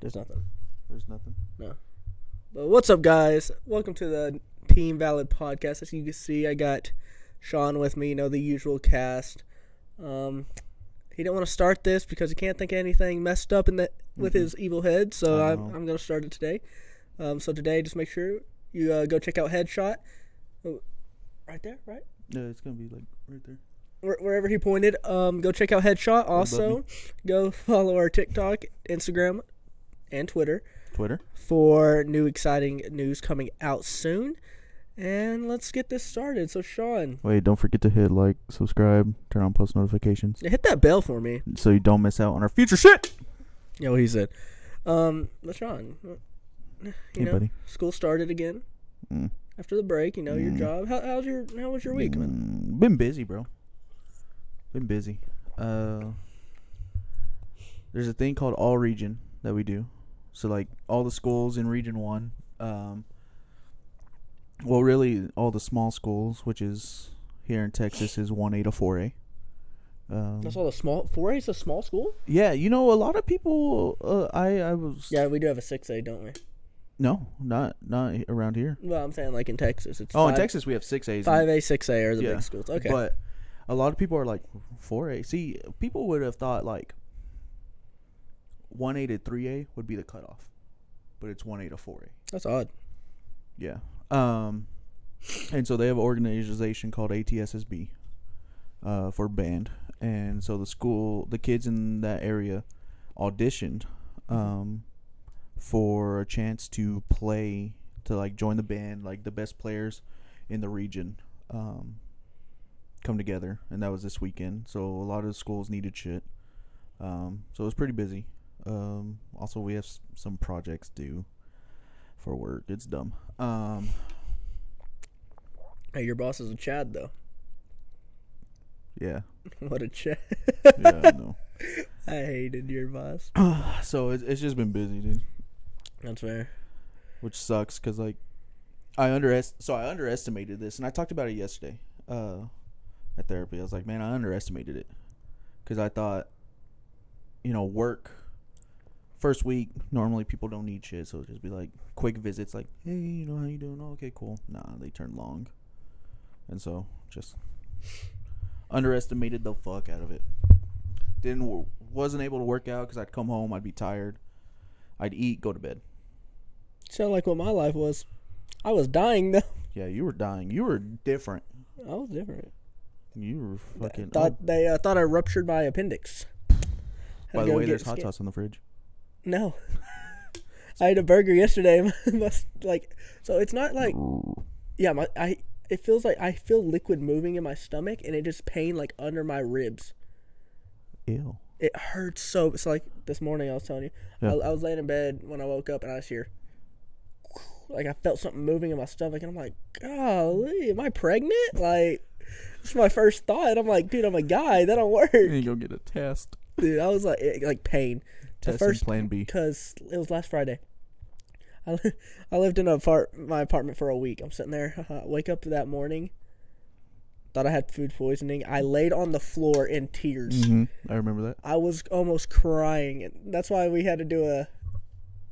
There's nothing. There's nothing. But what's up, guys? Welcome to the Team Valid podcast. As you can see, I got Sean with me. You know the usual cast. Um, he didn't want to start this because he can't think of anything messed up in the with his evil head. So I I'm, know. I'm gonna start it today. Um, so today, just make sure you uh, go check out Headshot. Oh, Right there, right. Yeah, it's gonna be like right there. where- wherever he pointed. Um, go check out Headshot. me. Also, go follow our TikTok, Instagram, and Twitter Twitter. for new exciting news coming out soon. And let's get this started. So, Sean, Wait, don't forget to hit like, subscribe, turn on post notifications, hit that bell for me. so you don't miss out on our future shit. Yeah, what he said. Um, but Sean, you Hey, know, buddy. school started again Mm. after the break. You know, your Mm. job. How, how's your How was your week? man? Mm, been busy, bro. Been busy. Uh, there's a thing called all region that we do. So like all the schools in region one. Um, well, really all the small schools, which is here in Texas, is one A to four A. Um, That's all the small four A's a small school. yeah, you know, a lot of people. Uh, I I was Yeah, we do have a six A, don't we? no, not not he- around here. Well, I'm saying like in Texas, it's Oh, in five- Texas we have six A's. and- five A, six A are the Yeah, big schools. Okay, But a lot of people are like four A. See, people would have thought like one A to three A would be the cutoff, but it's one A to four A. that's odd. Yeah. Um, and so they have an organization called ATSSB, uh, for band, and so the school, the kids in that area, auditioned, um, for a chance to play to like join the band, like the best players in the region, um, come together, and that was this weekend. So a lot of the schools needed shit, um, so it was pretty busy. Um, also, we have s- some projects due for work. It's dumb. Um, Hey, your boss is a Chad though. yeah, What a Chad! yeah, I know. I hated your boss. So it's, it's just been busy, dude, That's fair. which sucks because like I underest so I underestimated this, and I talked about it yesterday uh, at therapy. I was like, man, I underestimated it because I thought, you know, work first week normally people don't need shit, so it'll just be like quick visits, like hey, you know how you doing? Oh, okay, cool. Nah, they turn long, and so just underestimated the fuck out of it. Didn't wo- wasn't able to work out because I'd come home, I'd be tired, I'd eat, go to bed. Sound like what my life was. I was dying though. Yeah, you were dying. You were different. I was different. You were fucking. Thought they uh, thought I ruptured my appendix. Had oh, by to the go way, get there's hot scan- sauce in the fridge. No. I had a burger yesterday. Must like so it's not like yeah my I it feels like I feel liquid moving in my stomach and it just pain like under my ribs. Ew. It hurts so. It's like this morning I was telling you. Yeah. I, I was laying in bed when I woke up and I just hear, like I felt something moving in my stomach and I'm like, golly, am I pregnant? Like, it's my first thought. I'm like, dude, I'm a guy. That don't work, You go get a test. dude. I was like, it, like pain. The Test first and Plan B. because it was last Friday. I, li- I lived in a apart- my apartment for a week. I'm sitting there, wake up that morning, thought I had food poisoning. I laid on the floor in tears. hmm I remember that. I was almost crying, and that's why we had to do a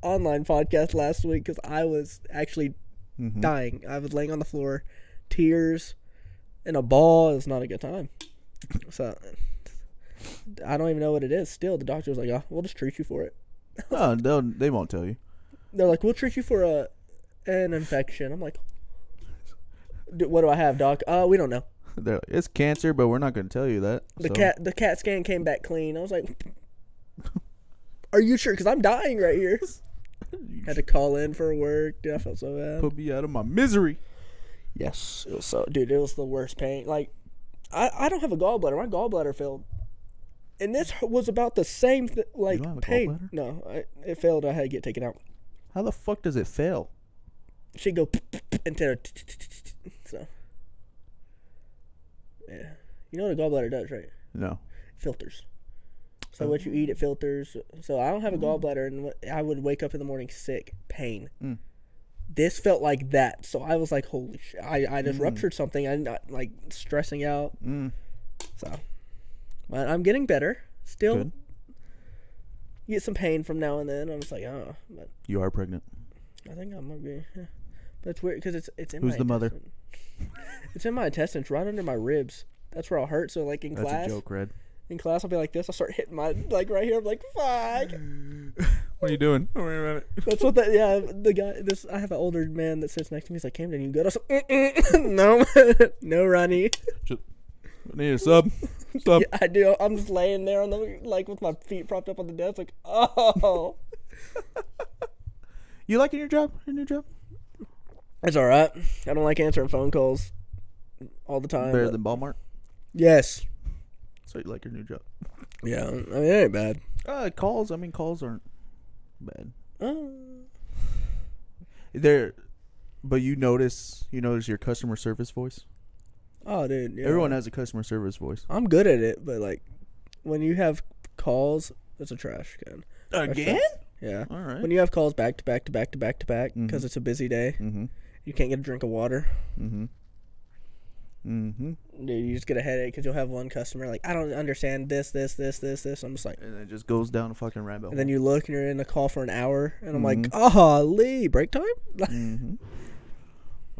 online podcast last week because I was actually Mhm. dying. I was laying on the floor, tears, in a ball. It was not a good time. So I don't even know what it is. Still, the doctor was like, "Oh, we'll just treat you for it." No, they'll, they won't tell you. They're like, "We'll treat you for a an infection." I'm like, "D- "What do I have, doc?" Uh, we don't know. They're like, it's cancer, but we're not going to tell you that. The so- cat the cat scan came back clean. I was like, "Are you sure?" Because I'm dying right here. You Had to call in for work. Dude, I felt so bad. put me out of my misery. Yes, it was so, dude. It was the worst pain. Like, I, I don't have a gallbladder. My gallbladder failed, and this was about the same th- like don't have a pain. gallbladder? No, I, it failed. I had to get taken out. How the fuck does it fail? She'd go and tear. So, yeah, you know what a gallbladder does, right? No. filters. So Oh. what you eat it filters. So I don't have a gallbladder, and what- I would wake up in the morning sick, pain. Mm. This felt like that, so I was like, "Holy shit!" I, I just ruptured something. I'm not like stressing out. Mm. So, but I'm getting better. Still, Good. you get some pain from now and then. I'm just like, oh, but You are pregnant. I think I might be. Yeah. But it's weird because it's it's in Who's my the mother? intestine. it's in my intestines, right under my ribs. That's where I'll hurt. So like in That's class, a joke, Red. in class I'll be like this. I'll start hitting my like right here. I'm like, fuck. What are you doing? Don't worry about it. That's what that. Yeah, the guy. This I have an older man that sits next to me. He's like, Camden, you good? I was like, "Mm-mm, no, no, Ronnie. Need a sub. Sub. Yeah, I do. I'm just laying there on the like with my feet propped up on the desk, like, oh, You liking your job? Your new job? it's all right. I don't like answering phone calls all the time. Better but- than Walmart. yes. So you like your new job? Yeah, I mean, it ain't bad. Uh, calls. I mean, calls aren't bad. Oh. They're, but you notice you notice your customer service voice. Oh, dude. yeah. Everyone has a customer service voice. I'm good at it, but like, when you have calls, it's a trash can. Again? Yeah. All When right. you have calls back to back to back to back to back because it's a busy day, Mm-hmm. you can't get a drink of water. Mm-hmm. Mm-hmm. Dude, you just get a headache because you'll have one customer like, I don't understand this, this, this, this, this. I'm just like, And it just goes down a fucking rabbit hole. and then you look and you're in a call for an hour, and I'm like, oh, Lee, break time? mm-hmm.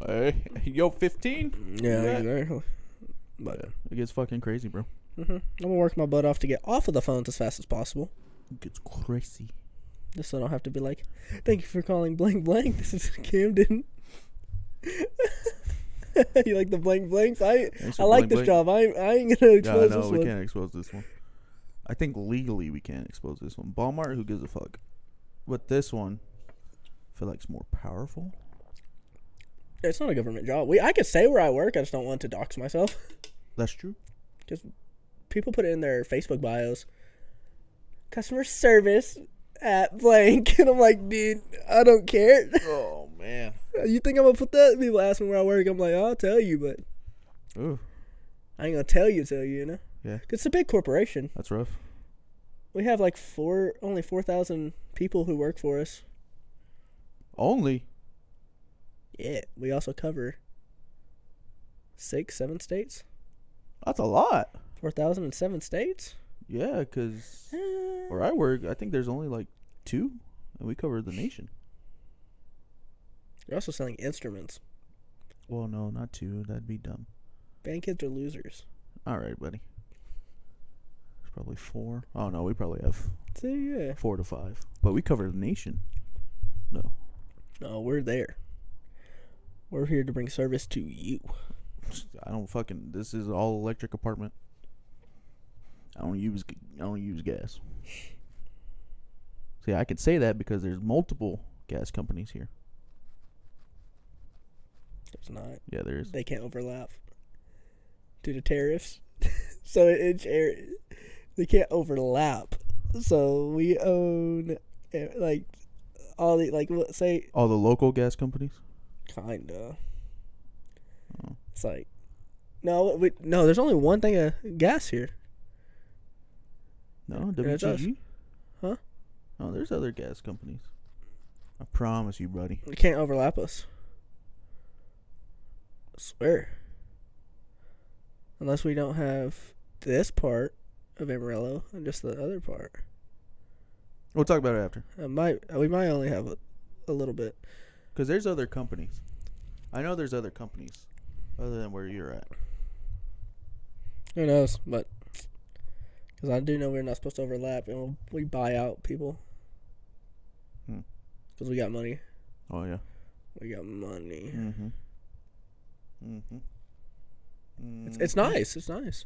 Hey, yo, fifteen. yeah, Yeah. exactly. But It gets fucking crazy, bro. hmm I'm gonna work my butt off to get off of the phones as fast as possible, It gets crazy. just so I don't have to be like, thank you for calling blank blank. This is Camden. you like the blank blanks? I Thanks I for like blank, this blank. job. I I ain't gonna Yeah, expose no, this we one. can't expose this one. I think legally we can't expose this one. Walmart, who gives a fuck? But this one, I feel like it's more powerful. It's not a government job. We I could say where I work. I just don't want to dox myself. That's true. Just people put it in their Facebook bios. Customer service at blank, and I'm like, dude, I don't care. Oh man. you think I'm gonna put that? People ask me where I work. I'm like, I'll tell you, but Ooh, I ain't gonna tell you till you, you know. Yeah. 'Cause it's a big corporation. that's rough. We have like four, only four thousand people who work for us. Only Yeah, we also cover six, seven states. that's a lot. Four thousand and seven states. Yeah, because Eh, where I work, I think there's only like two, and we cover the nation. You're also selling instruments. Well, no, not two. That'd be dumb. Band kids are losers. All right, buddy. There's probably four. Oh no, we probably have So yeah, four to five, but we cover the nation. No, no, we're there. We're here to bring service to you. I don't fucking. This is all electric apartment. I don't use. g- I don't use gas. See, I could say that because there's multiple gas companies here. There's not. Yeah, there is. They can't overlap due to tariffs. so each area, they can't overlap. So we own eh, like all the like what say All the local gas companies. kinda. Oh. It's like no, we, no. There's only one thing of gas here. No, Yeah, it's us. WGG. Huh? No, Oh, there's other gas companies. I promise you, buddy. They can't overlap us. I swear. Unless we don't have this part of Amarillo and just the other part. We'll talk about it after. I might uh, we might only have a, a little bit. Because there's other companies. I know there's other companies other than where you're at. Who knows? But because I do know we're not supposed to overlap, and we'll, we buy out people Hmm. because we got money. Oh, yeah. We got money. Mm-hmm. Mm-hmm. It's, it's nice. It's Mm. nice.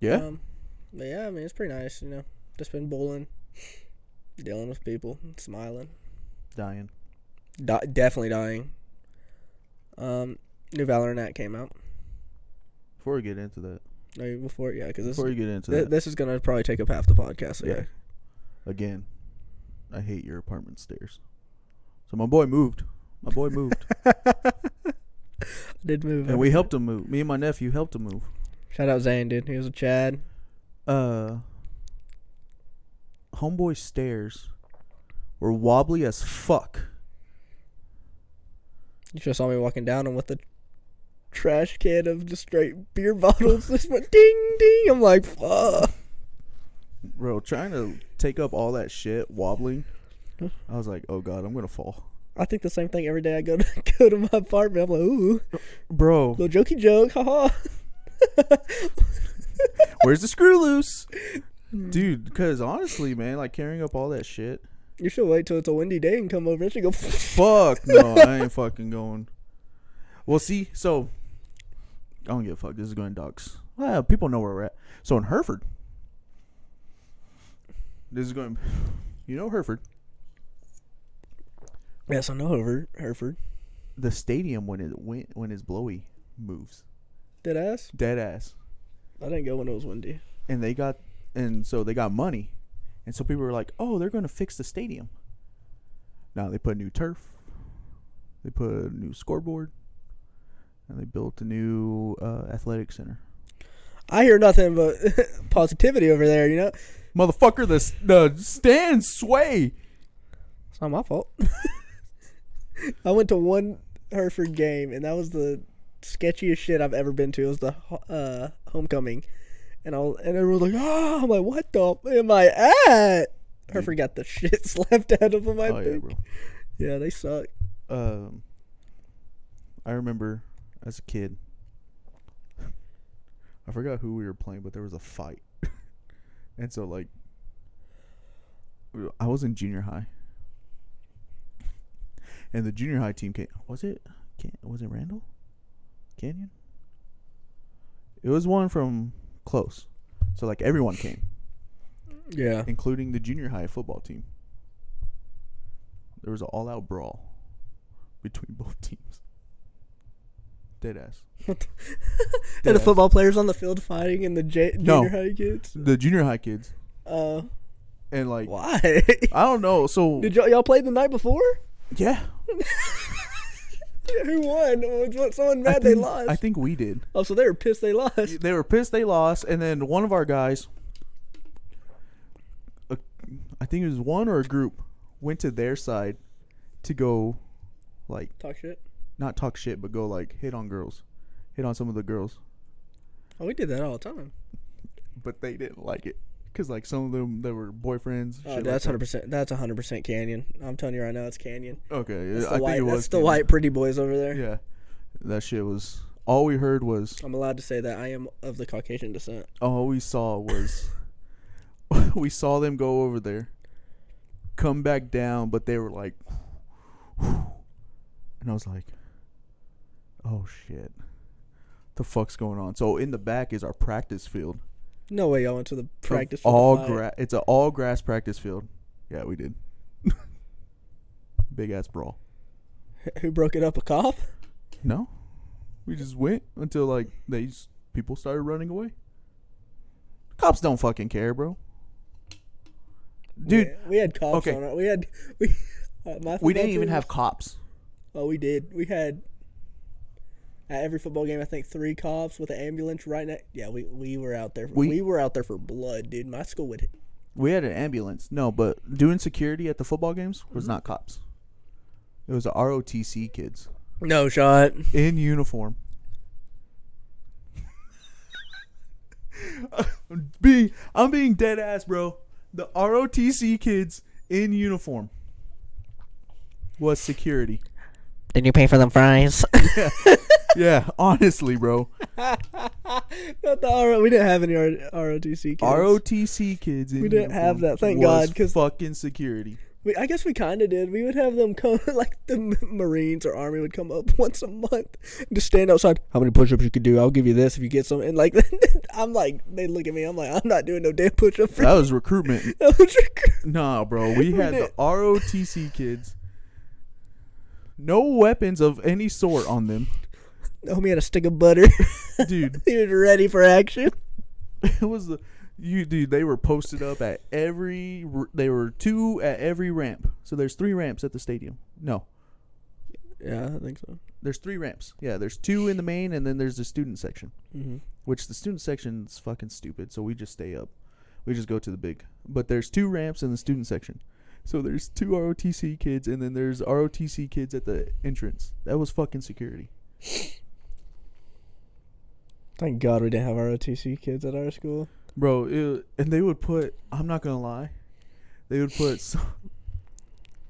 Yeah? Um, but yeah, I mean, it's pretty nice. You know, just been bowling, dealing with people, smiling. Dying. Di- definitely dying. Um, new Valorant act came out. Before we get into that. No, before yeah, because this Before we get into thi- that. this is gonna probably take up half the podcast. So Yeah. yeah. Again, I hate your apartment stairs. So my boy moved. My boy moved. did move. and we helped him move. Me and my nephew helped him move. Shout out Zane, dude. He was a Chad. uh homeboy stairs were wobbly as fuck. You just saw me walking down and with a trash can of just straight beer bottles just went ding ding. I'm like, fuck. bro, trying to take up all that shit wobbling. I was like, oh god, I'm gonna fall, I think the same thing every day I go to go to my apartment. I'm like, ooh, bro. little jokey joke, haha. Where's the screw loose, dude? Because honestly, man, like carrying up all that shit. You should wait till it's a windy day and come over. and should go. Fuck no, I ain't fucking going. Well, see, so I don't give a fuck. This is going ducks. Well, people know where we're at. So in Hereford, this is going. You know Hereford. Yes, I know Herford. Herford. the stadium when it went when his blowy moves Dead ass. dead ass I didn't go when it was windy. and they got and so they got money and so people were like oh they're going to fix the stadium now they put new turf they put a new scoreboard and they built a new uh, athletic center I hear nothing but positivity over there. You know, motherfucker the, s- the stands sway it's not my fault. I went to one Hereford game, and that was the sketchiest shit I've ever been to. It was the ho- uh, homecoming, and I was, and everyone was like, "Oh, I'm like, what the f- am I at?" Hereford got the shit slapped out of him. I oh yeah think. bro Yeah, they suck. um, I remember as a kid, I forgot who we were playing, but there was a fight, and so like, we- I was in junior high, and the junior high team came. Was it? Can, was it Randall? Canyon? It was one from close, so like everyone came Yeah. including the junior high football team. There was an all out brawl between both teams. Dead ass. And Dead the ass. football players on the field fighting, and the j- junior No. high kids. The junior high kids. Uh, And like, why? I don't know. So, Did y'all, y'all play the night before? yeah. Yeah, Who won? Was what- Someone I mad they think- lost. I think we did. oh, so they were pissed they lost. They were pissed they lost. And then one of our guys, a- I think it was one or a group, went to their side to go, like, Talk shit. not talk shit, but go, like, hit on girls, hit on some of the girls. Oh, we did that all the time. but they didn't like it because like some of them they were boyfriends. Oh, shit that's like hundred percent. That's hundred percent Canyon. I'm telling you right now, it's Canyon. that. okay. That's I the think white. it was That's the Canyon. white pretty boys over there. Yeah, that shit was all we heard was I'm allowed to say that I am of the Caucasian descent. all we saw was we saw them go over there, come back down, but they were like, and I was like, oh shit, the fuck's going on? So in the back is our practice field. No way y'all went to the of practice. for the all fight. grass. It's an all grass practice field. Yeah, we did. Big ass brawl. Who broke it up? A cop? No. We just went until like they s- people started running away. Cops don't fucking care, bro. Dude, we, we had cops okay. on it. We had we. Uh, we my football didn't even team- have cops. Oh, we did. We had at every football game, I think three cops with an ambulance right next. Yeah, we, we were out there. We- we were out there for blood, dude. My school would We had an ambulance. No, but doing security at the football games was not cops. It was the ROTC kids No shot. in uniform. being, I'm being dead ass, bro. The ROTC kids in uniform was security. Did you pay for them fries? yeah, honestly, bro. Not the R- we didn't have any R- ROTC kids. ROTC kids. In We didn't have uniform that, thank was God, 'cause- fucking security. we, I guess we kind of did. We would have them come, like the M- Marines or Army would come up once a month to stand outside. How many push ups you could do? I'll give you this if you get some. And like, I'm like, they look at me. I'm like, I'm not doing no damn push up for That was recruitment. that was recruit- Nah, bro. We had the ROTC kids. No weapons of any sort on them, The Homie Oh, had a stick of butter. dude. he was ready for action. It was the you dude. They were posted up at every. r- They were two at every ramp. So there's three ramps at the stadium. No, Yeah, I think so. there's three ramps. Yeah, there's two in the main, and then there's the student section. Mm-hmm. which the student section's fucking stupid, so we just stay up. We just go to the big. But there's two ramps in the student section. So there's two ROTC kids and then there's ROTC kids at the entrance. That was fucking security. Thank God we didn't have ROTC kids at our school. bro. It, and they would put. I'm not gonna lie, they would put. Some,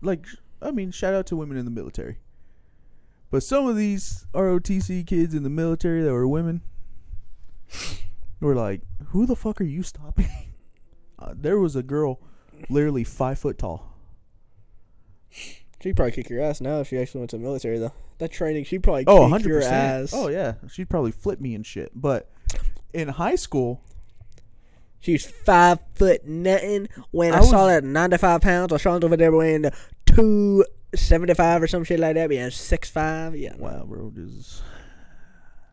like, I mean, shout out to women in the military. But some of these ROTC kids in the military that were women were like, "Who the fuck are you stopping?" Uh, there was a girl, literally five foot tall. She'd probably kick your ass now if she actually went to the military, though. That training, she'd probably Oh, kick 100 your percent. ass. Oh yeah, she'd probably flip me and shit. But in high school, She's five foot nothing. When I, I saw was- that 95 pounds, I saw her over there weighing 275 or some shit like that. Yeah, 6'5. Yeah, no, wow, bro, just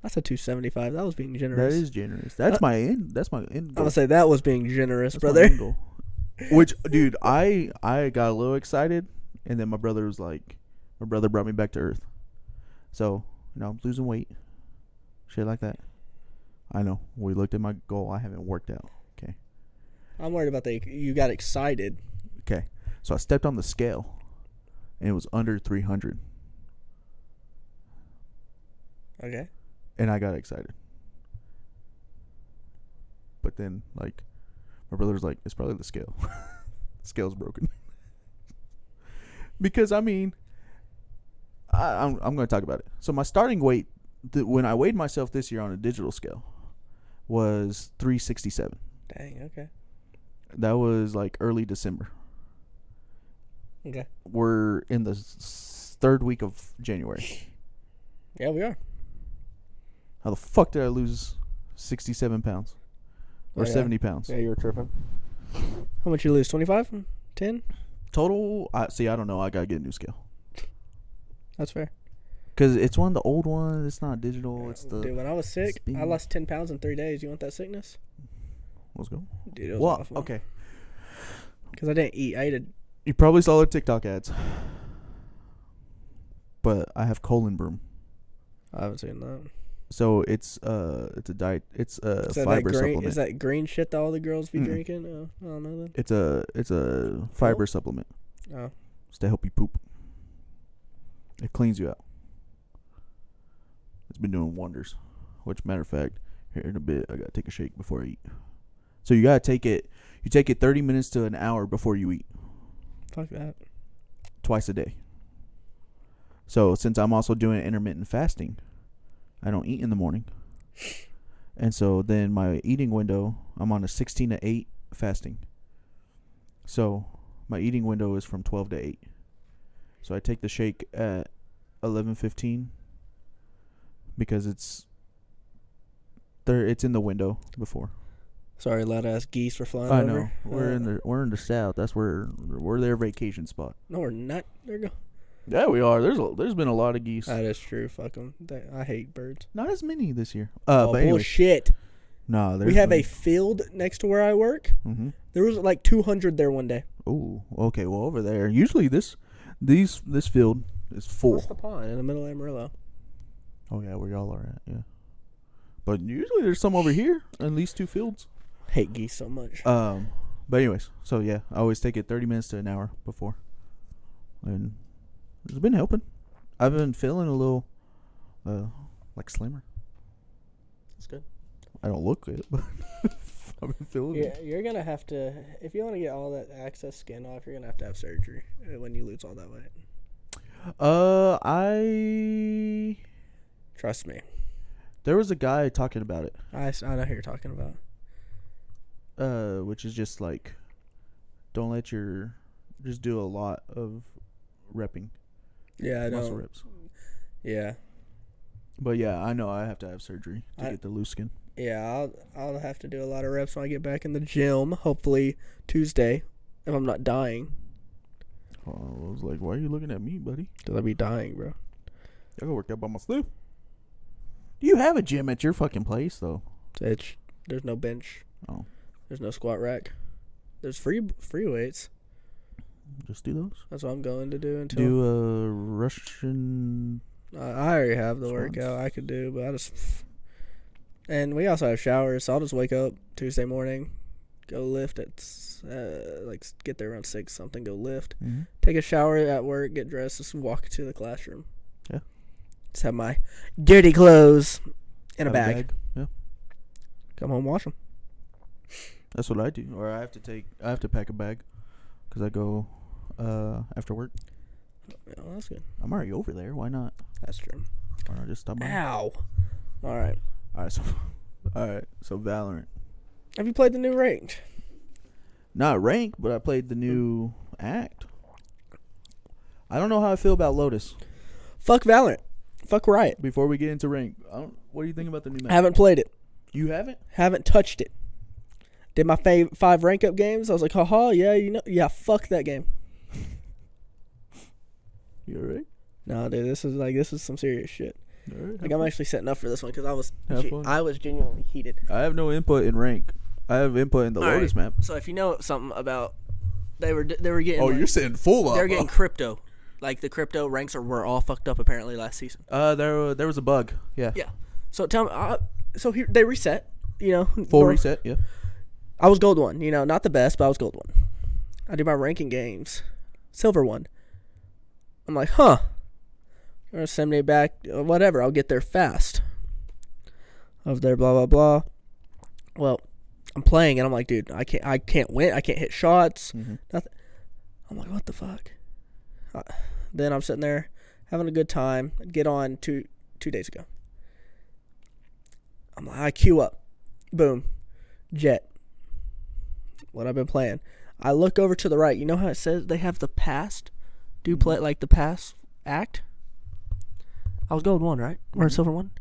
I said 275. That was being that generous. is generous. That's my end. That's my end I'm goal. going to say that Uh, was being generous, That's my brother. end goal. Which, dude, I I got a little excited, and then my brother was like, my brother brought me back to earth. So you know, I'm losing weight, shit like that. I know. We looked at my goal. I haven't worked out. Okay. I'm worried about that. You got excited. Okay. So I stepped on the scale, and it was under 300, Okay. and I got excited. But then, like, my brother's like, it's probably the scale. Scale's broken. because I mean, I, I'm I'm going to talk about it. So my starting weight, th- when I weighed myself this year on a digital scale, was 367. Dang, okay. That was like early December. Okay. We're in the s- third week of January. Yeah, we are. How the fuck did I lose 67 pounds or Oh, yeah. 70 pounds? Yeah, you were tripping. How much you lose? 25? 10? Total, I see. I don't know. I gotta get a new scale That's fair. because it's one of the old ones. It's not digital. Oh, It's Dude, the when I was sick, I speed. lost 10 pounds in three days. You want that sickness? let's go. Dude, it was Well, awful. okay. Because I didn't eat. I ate a You probably saw the TikTok ads, but I have colon broom, I haven't seen that. so it's uh, it's a diet. It's a Is that, that uh, fiber green? supplement. Is that green shit that all the girls be Mm-mm. drinking? Oh, I don't know it's a it's a fiber supplement. then. Oh, It's to help you poop. It cleans you out. It's been doing wonders. Which matter of fact, here in a bit I gotta take a shake before I eat. So you gotta take it you take it thirty minutes to an hour before you eat, fuck that. twice a day. So since I'm also doing intermittent fasting, I don't eat in the morning. And so then my eating window, I'm on a sixteen to eight fasting. So my eating window is from twelve to eight. So I take the shake at eleven fifteen because it's there it's in the window before. Sorry, loud ass geese were flying I over. know. We're Uh, in the we're in the south. That's where we're their vacation spot. No, we're not. There you go. Yeah, we are. There's a, there's been a lot of geese. That is true. Fuck them. I hate birds. Not as many this year. Uh, oh but anyway, bullshit. nah, there's We have a field next to where I work. hmm There was like 200 there one day. Oh, okay. Well, over there, usually this, these, this field is What's full. the pond in the middle of Amarillo? Oh yeah, where y'all are at, yeah. But usually there's some over here, at least two fields. Hate geese so much. Um, but anyways, so yeah, I always take it 30 minutes to an hour before, and it's been helping. I've been feeling a little, uh, like slimmer. That's good. I don't look it, but I've been feeling. it. Yeah, you're gonna have to if you want to get all that excess skin off. You're gonna have to have surgery uh, when you lose all that weight. Uh, I Trust me. there was a guy talking about it. I, s- I know who you're talking about. uh, which is just like, don't let your, just do a lot of repping, Yeah, I muscle know. reps. Yeah. But yeah, I know I have to have surgery to I- get the loose skin. Yeah, I'll, I'll have to do a lot of reps when I get back in the gym. Hopefully Tuesday, if I'm not dying, Oh, I was like, why are you looking at me, buddy? because I'll be dying, bro. I go work out by myself. Do you have a gym at your fucking place though? It's there's no bench. Oh. There's no squat rack. There's free free weights. Just do those. That's what I'm going to do until Do a Russian. I, I already have the Squats. workout I could do, but I just and we also have showers, so I'll just wake up Tuesday morning, go lift at s- uh, like s- get there around six something, go lift, take a shower at work, get dressed, just walk to the classroom. Yeah. Just have my dirty clothes in a Have bag. Yeah. Come home, wash them. That's what I do. Or I have to take. I have to pack a bag because I go uh, after work. Yeah, well, that's good. I'm already over there. Why not? That's true. Why not just stop by? Ow. All right. All right. So, all right. So Valorant. Have you played the new ranked? Not rank, but I played the new act. I don't know how I feel about Lotus. Fuck Valorant. Fuck Riot. Before we get into rank, I don't, what do you think about the new map? Haven't played it. you haven't? Haven't touched it. Did my fav- five rank up games. I was like, haha, yeah, you know, yeah, fuck that game. You alright? No, dude, this is like this is some serious shit. Alright. Like I'm actually setting up for this one because I was Have ge- fun. I was genuinely heated. I have no input in rank. I have input in the All Lotus right. map. So if you know something about they were they were getting like- Oh, saying full they're getting crypto, like the crypto ranks are were all fucked up apparently last season. Uh, there wa- there was a bug. Yeah. Yeah. So tell me, uh, so here they reset. You know, Full nor- reset. Yeah. I was gold one. You know, not the best, but I was gold one. I do my ranking games, silver one. I'm like, huh. You want to send me back? uh, Whatever. I'll get there fast. Of there, blah blah blah. Well, I'm playing and I'm like, dude, I can't, I can't win. I can't hit shots. Nothing. I'm like, what the fuck? Uh, then I'm sitting there having a good time. Get on two two days ago. I'm like, I queue up, boom, jet what I've been playing. I look over to the right. You know how it says they have the past? Do play like the past act? I was gold one, right? Or silver one?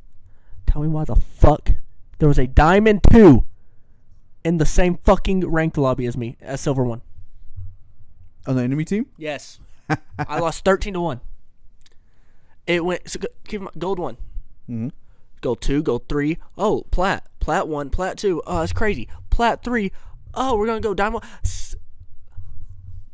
Tell me why the fuck there was a diamond two in the same fucking ranked lobby as me as silver one. On the enemy team. Yes, I lost thirteen to one. It went so, go- keep in mind, gold one, Mhm. gold two, gold three. Oh, plat, plat one, plat two. Oh, that's crazy. Plat three. Oh, we're gonna go diamond. one. S-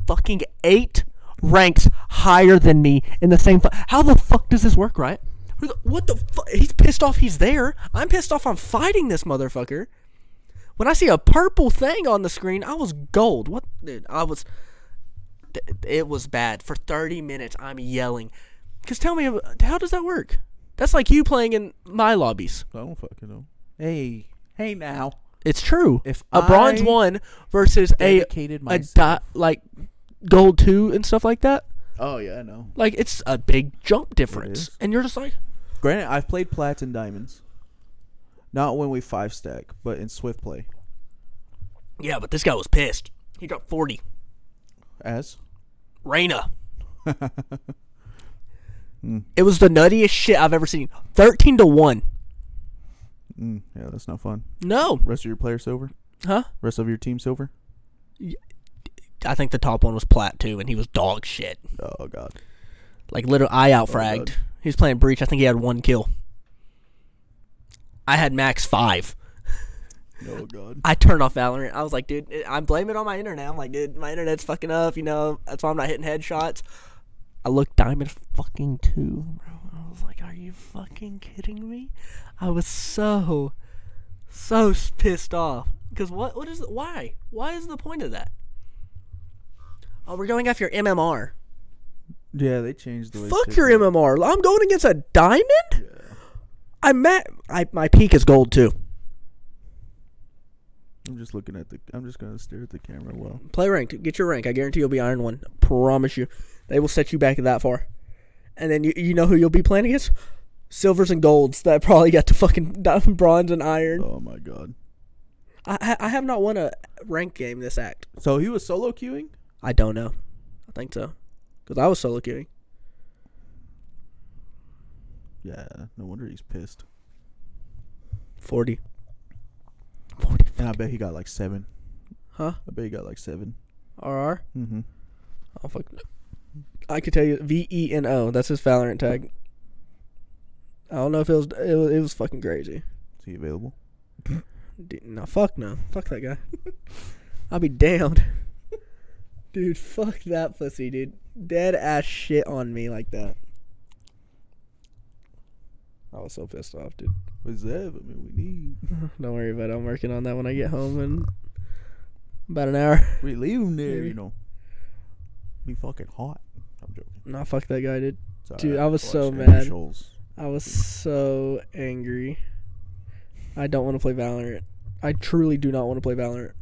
fucking eight ranks higher than me in the same. Fu- How the fuck does this work, right? Who the- What the fuck? He's pissed off. He's there. I'm pissed off. I'm fighting this motherfucker. When I see a purple thing on the screen, I was gold. What, dude? I was th- it was bad for 30 minutes i'm yelling because tell me ab- how does that work that's like you playing in my lobbies I don't fucking know. Hey, hey now. it's true If a bronze I one versus a, dedicated a myself- dot like gold two and stuff like that Oh yeah, I know. like it's a big jump difference is. and you're just like Granted, I've played plats and diamonds. Not when we five stack, but in swift play. yeah but this guy was pissed he dropped 40 As Reina. it was the nuttiest shit i've ever seen 13 to 1 mm, yeah, that's not fun. no Rest of your player silver. huh Rest of your team silver. i think the top one was plat too and he was dog shit Oh god. like little I out fragged. God. he was playing breach. I think he had one kill. I had max five. Oh god. I turned off Valorant. I was like, dude, I- I'm blaming it on my internet. I'm like, dude, my internet's fucking up. You know, that's why I'm not hitting headshots. I looked diamond fucking two, bro. I was like, are you fucking kidding me? I was so, so s- pissed off. Cause what? What is? Why? Why is the point of that? Oh, we're going off your MMR. Yeah, they changed the way. Fuck shit your goes. MMR. I'm going against a diamond. I'm at I, my peak is gold too. I'm just looking at the. I'm just gonna stare at the camera. Well, Play ranked. Get your rank. I guarantee you'll be iron one. Promise you. They will set you back that far. And then you you know who you'll be playing against? Silvers and golds that probably got to fucking diamond, bronze and iron. oh my god. I I I have not won a rank game this act. So he was solo queuing. I don't know. I think so. Cause I was solo queuing. Yeah, no wonder he's pissed. Forty. Forty. And I bet he got like seven. Huh? I bet he got like seven. RR. Mm-hmm. Oh fuck. I could tell you V E N O. That's his Valorant tag. I don't know if it was it was, it was fucking crazy. Is he available? Dude, no, fuck no, fuck that guy. I'll be damned, dude. Fuck that pussy, dude. Dead ass shit on me like that. I was so pissed off, dude. What's that? I mean, we need. Don't worry about it. I'm working on that when I get home in about an hour. We leave him there, Maybe. you know. Be fucking hot. I'm joking. No, fuck that guy, dude. It's all Dude, right. I was Watch so Andy mad. Scholes. I was so angry. I don't want to play Valorant. I truly do not want to play Valorant.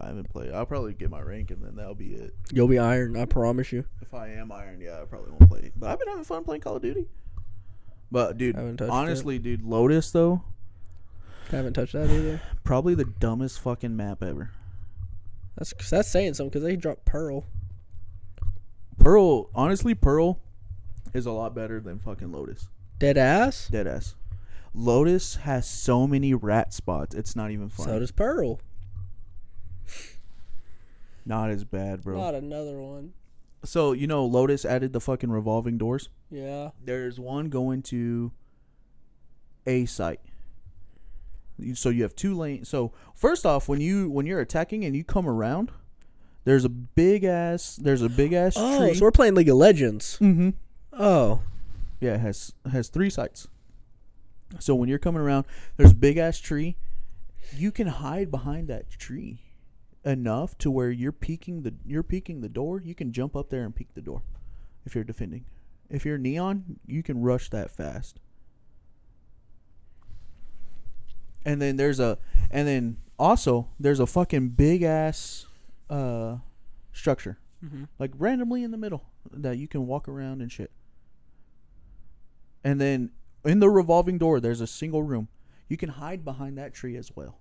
I haven't played. I'll probably get my rank, and then that'll be it. You'll be iron. I promise you. If I am iron, yeah, I probably won't play. But I've been having fun playing Call of Duty. But dude, I haven't touched it. honestly, dude, Lotus though, Haven't touched that either. probably the dumbest fucking map ever. That's that's saying something because they dropped Pearl. Pearl, honestly, Pearl is a lot better than fucking Lotus. Dead ass. Dead ass. Lotus has so many rat spots. It's not even fun. So does Pearl. not as bad, bro. Not another one. so you know, Lotus added the fucking revolving doors. Yeah. There's one going to a site. You- So you have two lanes. So first off, when you when you're attacking and you come around, there's a big ass. There's a big ass Oh, tree. so we're playing League of Legends. mm-hmm. Oh, Yeah, it has has three sites. So when you're coming around, there's a big ass tree. You can hide behind that tree enough to where you're peeking the you're peeking the door. You can jump up there and peek the door if you're defending. If you're neon, you can rush that fast. And then there's a and then also there's a fucking big ass uh structure. Like randomly in the middle that you can walk around and shit. And then in the revolving door, there's a single room. You can hide behind that tree as well.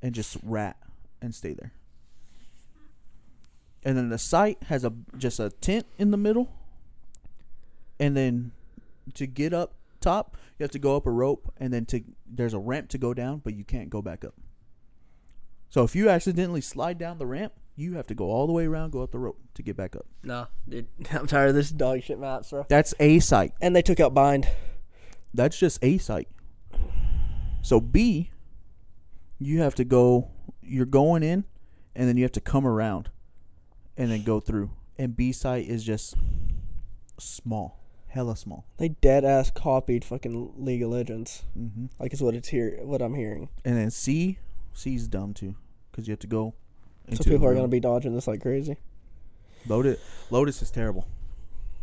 And just rat and stay there. And then the site has a just a tent in the middle. And then to get up top, you have to go up a rope and then to there's a ramp to go down, but you can't go back up. So if you accidentally slide down the ramp, you have to go all the way around, go up the rope to get back up. nah, dude. I'm tired of this dog shit maps, bro. That's a site. And they took out Bind. That's just A site. So B, you have to go. You're going in, and then you have to come around, and then go through. And B site is just small, hella small. They dead ass copied fucking League of Legends. Mm-hmm. Like is what it's here, what I'm hearing. And then C, C's dumb too, because you have to go. So people are gonna be dodging this like crazy. loaded. Lotus is terrible.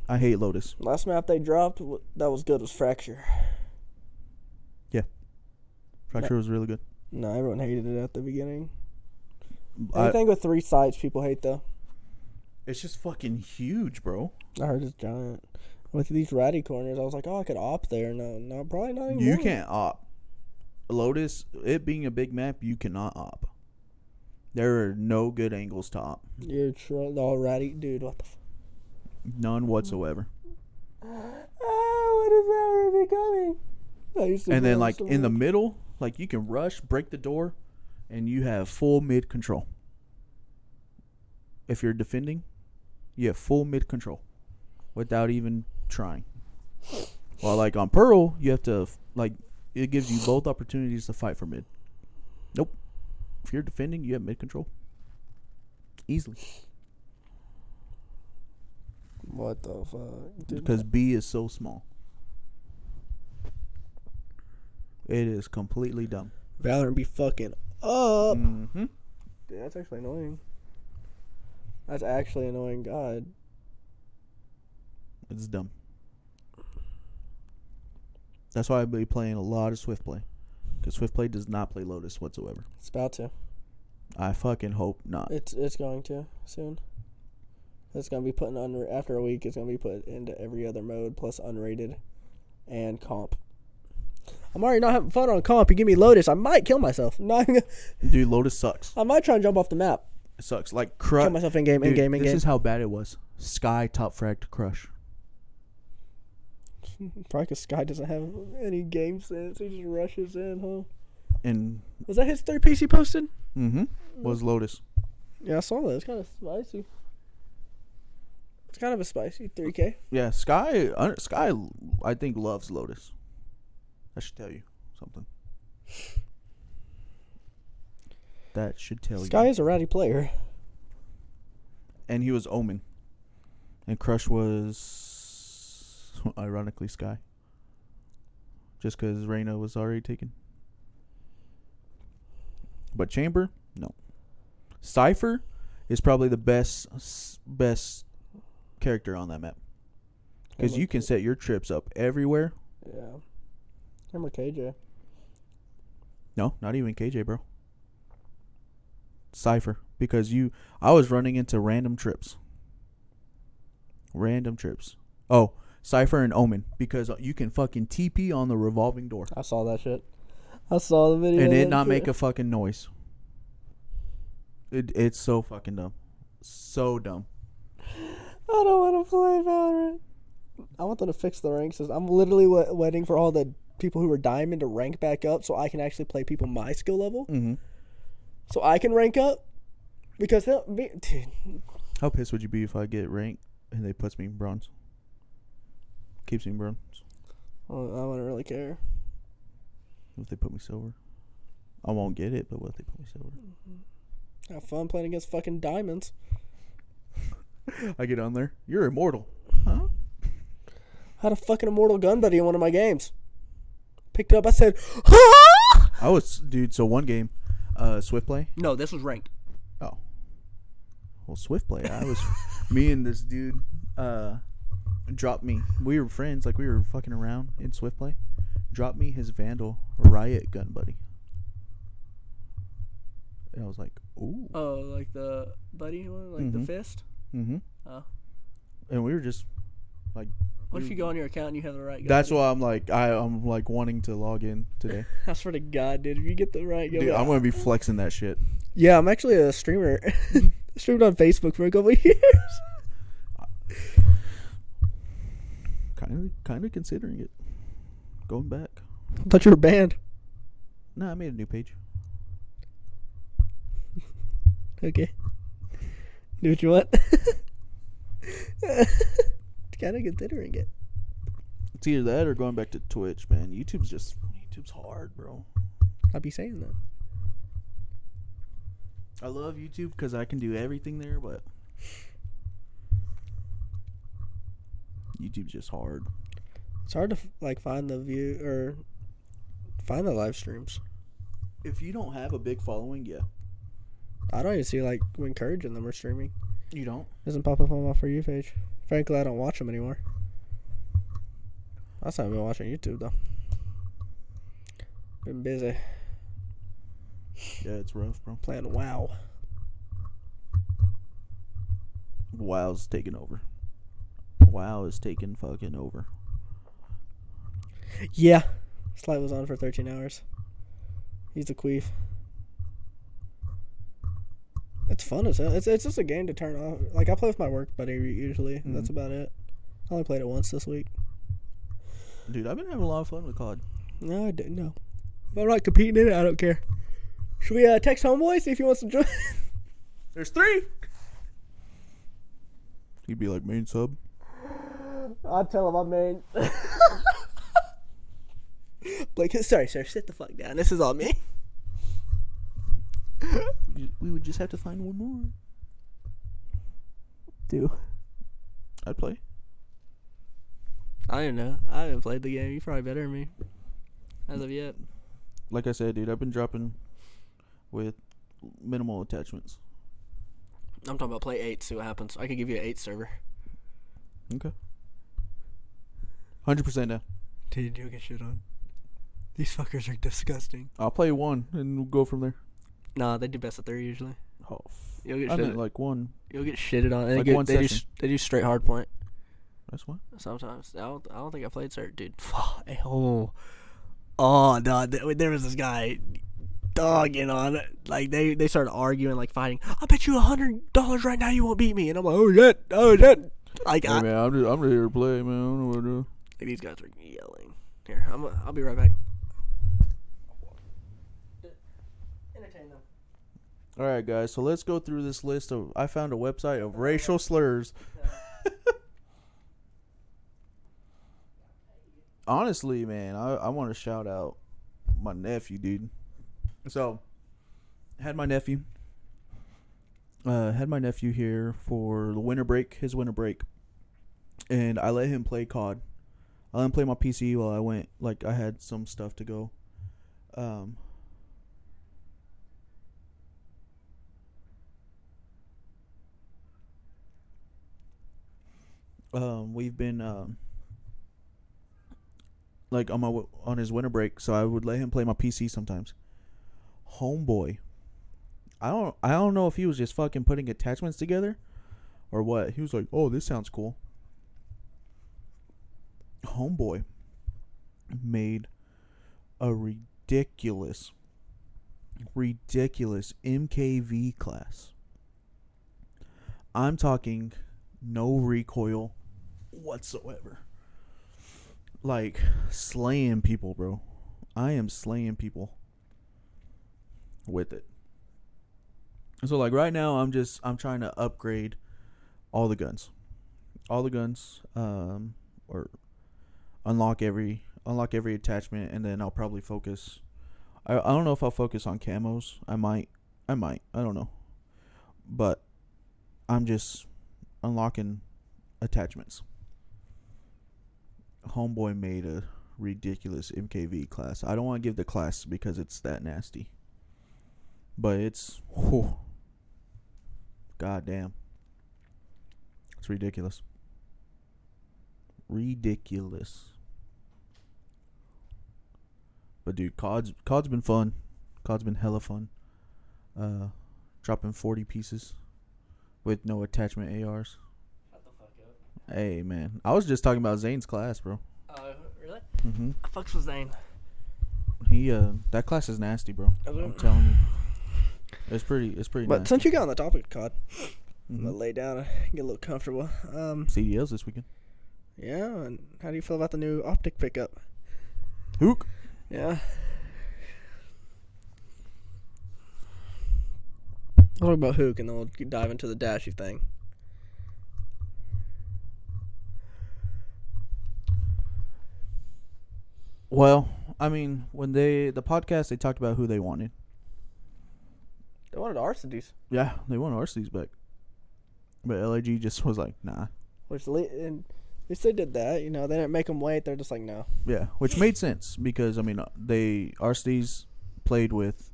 I hate Lotus. Last map they dropped w- that was good was Fracture. Fracture was really good. No, everyone hated it at the beginning. I, Anything with three sides, people hate though. it's just fucking huge, bro. I heard it's giant. With these ratty corners, I was like, oh, I could op there. No, no, probably not. Even You can't op. Lotus, it being a big map, you cannot op. There are no good angles to op. You're tr- all ratty, dude. What the? F- None whatsoever. oh, what is that becoming? I used to And then, play like, so in the much. middle, like, you can rush, break the door, and you have full mid control. If you're defending, you have full mid control without even trying. While, like, on Pearl, you have to, like, it gives you both opportunities to fight for mid. Nope. If you're defending, you have mid control. Easily. what the fuck? Dude, because B is so small. It is completely dumb. Valorant be fucking up. Mm-hmm. Dude, that's actually annoying. That's actually annoying. God, It's dumb. That's why I've been playing a lot of Swift Play, because Swift Play does not play Lotus whatsoever. it's about to. I fucking hope not. It's it's going to soon. It's gonna be put in under after a week. It's gonna be put into every other mode plus unrated, and comp. I'm already not having fun on comp. You give me Lotus, I might kill myself. Not, even- Dude, Lotus sucks. I might try and jump off the map. It sucks. Like Kill crush. myself in game, in game, in This game. is how bad it was. Sky top frag to crush. Probably because Sky doesn't have any game sense. He just rushes in, huh? And Was that his third piece he posted? mm-hmm, was Lotus. Yeah, I saw that. It's kind of spicy. It's kind of a spicy 3K. Yeah, Sky. Uh, Sky. I think loves Lotus. That should tell you something. That should tell Sky you. is a ratty player. And he was Omen. And Crush was ironically Sky. Just because Reyna was already taken. But Chamber, no. Cipher is probably the best s- best character on that map because you can set your trips up everywhere Yeah. Remember KJ? No, not even KJ, bro. cipher because you I was running into random trips. Random trips. Oh, cipher and omen because you can fucking TP on the revolving door I saw that shit. I saw the video. and of it that not shit. make a fucking noise. It it's so fucking dumb. So dumb. I don't want to play Valorant. I want them to fix the rank system. I'm literally wa waiting for all the people who are diamond to rank back up so I can actually play people my skill level. Mhm. So I can rank up. Because they'll be, dude, How pissed would you be if I get ranked and they puts me in bronze? Keeps me in bronze. I don't- I wouldn't really care. What if they put me silver? I won't get it, but what if they put me silver? Have fun playing against fucking diamonds. I get on there. You're immortal. I had a fucking immortal gun buddy in one of my games. Picked it up. I said, huh? I was dude, so one game, uh Swift play. No, this was ranked. Oh. Well, Swift play. I was me and this dude uh dropped me. We were friends, like we were fucking around in Swift play. Dropped me his Vandal riot gun buddy. And I was like, "Ooh." Oh, like the buddy one? Like Mm-hmm. the fist? Mhm. Oh. And we were just like What if you go on your account and you have the right gun? that's why I'm like I I'm like wanting to log in today. I swear to God, dude. If you get the right gun. Dude, I'm going to be flexing that shit. Yeah, I'm actually a streamer. Streamed on Facebook for a couple of years. Kind of kind of considering it. Going back. Thought you were banned. No, I made a new page. Okay. Do what you want. kind of considering it. It's either that or going back to Twitch, man. YouTube's just YouTube's hard, bro. I'd be saying that. I love YouTube because I can do everything there, but YouTube's just hard. It's hard to f- like find the view or find the live streams. If you don't have a big following, yeah, I don't even see like when Courage and them are streaming. you don't. Doesn't pop up on my for you page. Frankly, I don't watch them anymore. Last time I've been watching YouTube though. Been busy Yeah, it's rough, bro. playing WoW. WoW's taking over. WoW is taking fucking over. Yeah. This light was on for 13 hours. He's a queef. It's fun as hell. It's, it's just a game to turn off. Like, I play with my work buddy usually. and That's about it. I only played it once this week. Dude, I've been having a lot of fun with COD. No, I didn't. No. If I'm not competing in it, I don't care. Should we uh, text Homeboy, see if he wants to join? There's three. He'd be like main sub. I'll tell him I'm main. Blake, sorry, sir. Sit the fuck down. This is all me. We would just have to find one more. Do. I'd play. I don't know. I haven't played the game. You're probably better than me. As of yet. like I said, dude, I've been dropping with minimal attachments. I'm talking about play eight, see what happens. I could give you an eight server. Okay. Hundred percent now. Dude, you'll get shit on. These fuckers are disgusting. I'll play one and we'll go from there. Nah, they do best of three usually. Oh, f- You'll get I shit. meant like one. you'll get shitted on. They, like get- one they do session. s- they do straight hard point That's one. sometimes. I don't. I don't think I played cert, dude. Fuck. Oh, oh, no. th- There was this guy dogging on it. Like they they started arguing, like fighting. I bet you a hundred dollars right now you won't beat me. And I'm like, oh shit, oh shit. Like I, Hey man, I'm just I'm just here to play, man. I don't know what to do. Like, these guys are yelling. Here, I'm. i I'll be right back. Entertain them. All right, guys. So let's go through this list of. I found a website of racial slurs. Honestly, man, I, I want to shout out my nephew, dude. So, had my nephew. Uh, had my nephew here for the winter break, his winter break, and I let him play COD. I let him play my PC while I went. Like I had some stuff to go. Um, um, we've been um, like on my w- on his winter break, so I would let him play my PC sometimes. Homeboy, I don't I don't know if he was just fucking putting attachments together or what. He was like, "Oh, this sounds cool." Homeboy made a ridiculous ridiculous MKV class. I'm talking no recoil whatsoever. Like slaying people, bro. I am slaying people with it. So like right now I'm just I'm trying to upgrade all the guns. All the guns um or unlock every unlock every attachment and then I'll probably focus I, I don't know if I'll focus on camos. I might I might. I don't know. But I'm just unlocking attachments. Homeboy made a ridiculous MKV class. I don't want to give the class because it's that nasty. But it's whew, goddamn. It's ridiculous. Ridiculous. But dude, COD's COD's been fun. COD's been hella fun. Uh dropping forty pieces with no attachment ARs. Shut the fuck Hey man. I was just talking about Zane's class, bro. up. Uh, really? hmm I fucks with Zane. He uh that class is nasty, bro. Is it? I'm telling you. It's pretty it's pretty But nasty. since you got on the topic of COD, I'm Mhm. gonna lay down and get a little comfortable. Um, CDLs this weekend. yeah, and how do you feel about the new optic pickup? Hook. Yeah. I'll talk about Hook and then we'll dive into the Dashy thing. Well, I mean, when they the podcast they talked about who they wanted. They wanted Arcides, Yeah, they want Arcees back. But LAG just was like, nah. which le- and at least they did that. You know, they didn't make them wait. They're just like, no. Yeah, which made sense because I mean uh, they Arcees played with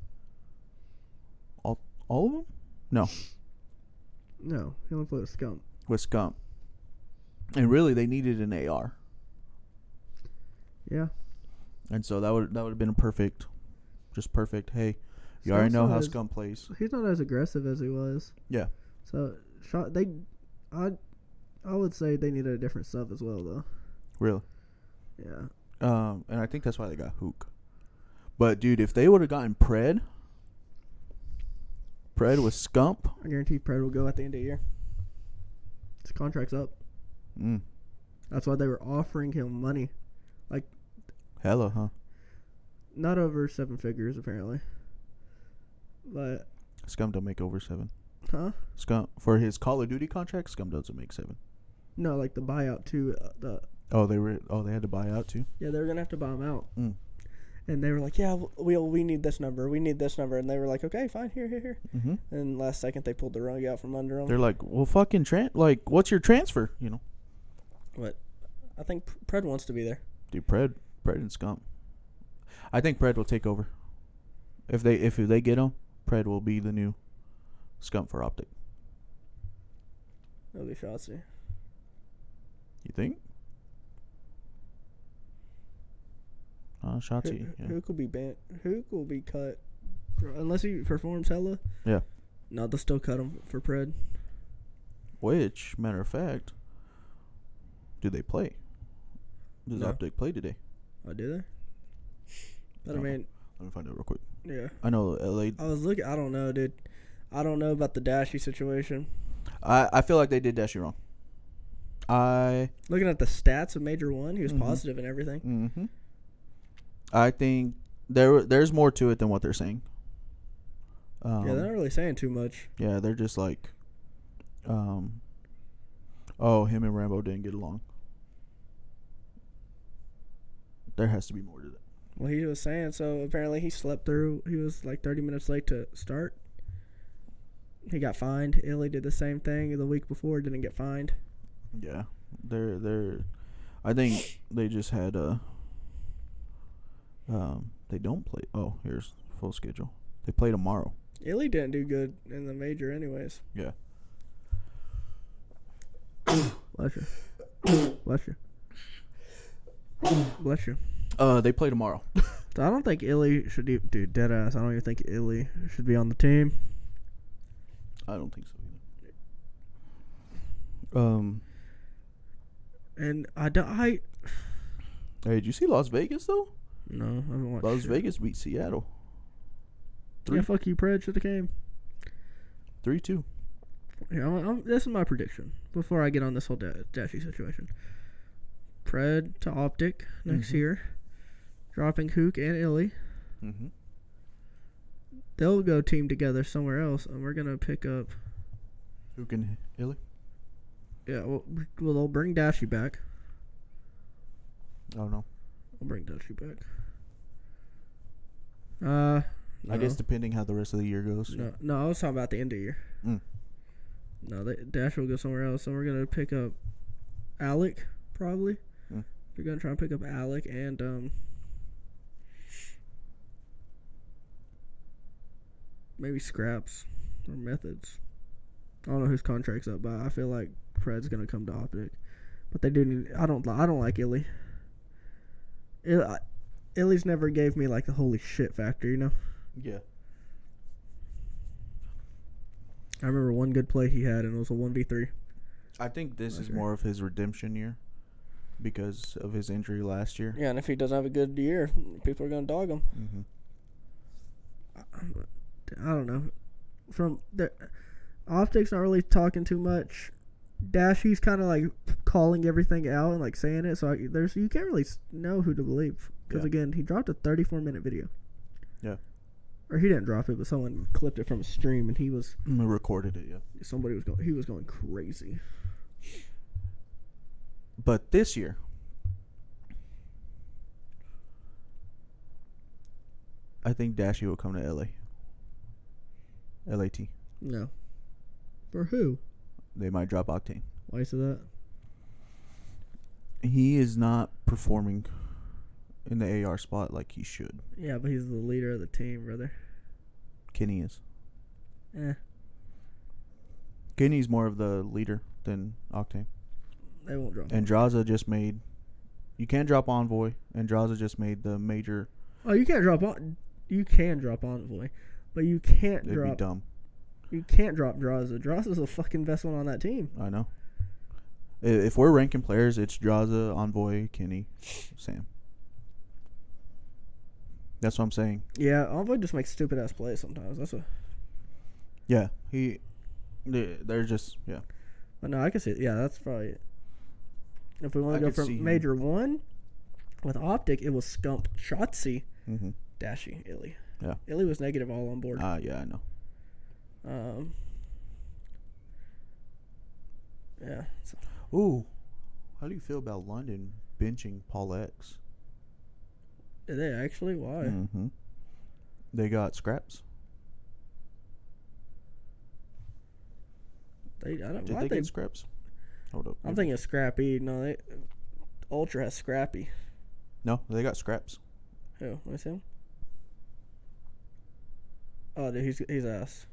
all all of them? No, No, he only played a scum. with Scump. And really they needed an AR. Yeah. And so that would that would have been a perfect just perfect. Hey, you Scump already know how still Scump plays. He's not as aggressive as he was. Yeah. So shot they, I, I would say they needed a different sub as well though. Really. Yeah. Um, and I think that's why they got Hook. But dude, if they would have gotten Pred, Pred with Scump, I guarantee Pred will go at the end of the year. His contract's up. mm, That's why they were offering him money, hella, huh? not over seven figures apparently. But Scump don't make over seven. huh? Scump for his Call of Duty contract, Scump doesn't make seven. No, like the buyout too. Uh, the Oh, they were. Oh, they had to buy out too. yeah, they were gonna have to buy him out. Mm. And they were like, yeah, we we need this number, we need this number, and they were like, okay, fine, here, here, here. Mm-hmm. And last second, they pulled the rug out from under him. They're like, well, fucking tran Like, what's your transfer? You know, But I think Pred wants to be there. dude, Pred, Pred and Scump. I think Pred will take over. If they if they get him, Pred will be the new Scump for Optic. That'll be Shotzi. You think? Uh, Who, Shotzi. Yeah. who could be banned? Who could be cut? For- Unless he performs hella. Yeah. No, they'll still cut him for Pred. Which, matter of fact, do they play? Does No. Optic play today? Oh, do they? But I No. mean, Let me find out real quick. yeah. I know LA. I was looking. I don't know, dude. I don't know about the Dashy situation. I, I feel like they did Dashi wrong. I Looking at the stats of Major One, he was Mhm. positive and everything. Mm-hmm. I think there there's more to it than what they're saying. Um, yeah, they're not really saying too much. yeah, they're just like, um, oh, him and Rambo didn't get along. There has to be more to that. Well, he was saying so. Apparently, he slept through. He was like 30 minutes late to start. He got fined. Illy did the same thing the week before. Didn't get fined. Yeah, they're they're. I think they just had a. Um, they don't play. Oh, here's full schedule. They play tomorrow. Illy didn't do good in the major, anyways. Yeah. Bless you. Bless you. Bless you. Uh, they play tomorrow. e-, So I don't think Illy should do, dude, dead ass. I don't even think Illy should be on the team. I don't think so either. Um, And I don't. I hey, did you see Las Vegas though? no. I haven't watched. Las Oh, shit. Vegas beat Seattle Yeah, three- fuck you, Preds. Should have came. three two. Yeah, I'm, I'm- this is my prediction. Before I get on this whole da- Dashi situation, Pred to Optic next Mhm. year, dropping Kook and Illy. Mm-hmm. They'll go team together somewhere else, and we're gonna pick up. Who can Illy? Yeah, well, well they'll bring Dashi back. I don't know. We'll bring Dashi back. Uh, I guess no. depending how the rest of the year goes. No, no, I was talking about the end of year. Mm. No, they, Dash will go somewhere else, and we're gonna pick up Alec probably. Mm. They're gonna try and pick up Alec and um, maybe Scraps or Methods. I don't know whose contract's up, but I feel like Fred's gonna come to Optic. But they do need. I don't. li- I don't like Illy. Il- I- Illy's never gave me like the holy shit factor, you know. Yeah. I remember one good play he had, and it was a one v three. I think this is Okay. more of his redemption year because of his injury last year. Yeah, and if he doesn't have a good year, people are gonna dog him. Mm-hmm. I don't know. From the optics, not really talking too much. Dashy's kind of like calling everything out and like saying it, so I, there's you can't really s- know who to believe because Yeah. again, he dropped a 34 minute video. Yeah. Or he didn't drop it, but someone clipped it from a stream, and he was recorded it, yeah. somebody was going he was going crazy. But this year, I think Dashi will come to LA. LAT. No. For who? They might drop Octane. Why is that? He is not performing in the AR spot like he should. Yeah, but he's the leader of the team, brother. Kenny is. Eh. Kenny's more of the leader than Octane. They won't drop. And Draza just made. You can't drop Envoy, and Draza just made the major. Oh, you can't drop on. You can drop envoy, but you can't It'd be drop. dumb. You can't drop Draza. Draza's the fucking best one on that team. I know. I- If we're ranking players, it's Draza, Envoy, Kenny, Sam. That's what I'm saying. Yeah, envoy just makes stupid ass plays sometimes. That's what. Yeah, he. they- They're just yeah. But no, I can see. Yeah, that's probably. It. If we want I to go could see from him. major one, with optic, it was Skump, Shotzi, Mm-hmm. Dashy, Illy. Yeah. Illy was negative all on board. Ah, yeah, I know. Um. Yeah. so- Ooh, how do you feel about London benching Paul X? Did they actually? Why? Mm-hmm. They got scraps. They. I don't. Did Why they they? get scraps? Hold up. I'm maybe- thinking of Scrappy. No, they. Ultra has Scrappy. No, they got scraps. Who? What's him? Oh, dude, he's he's ass.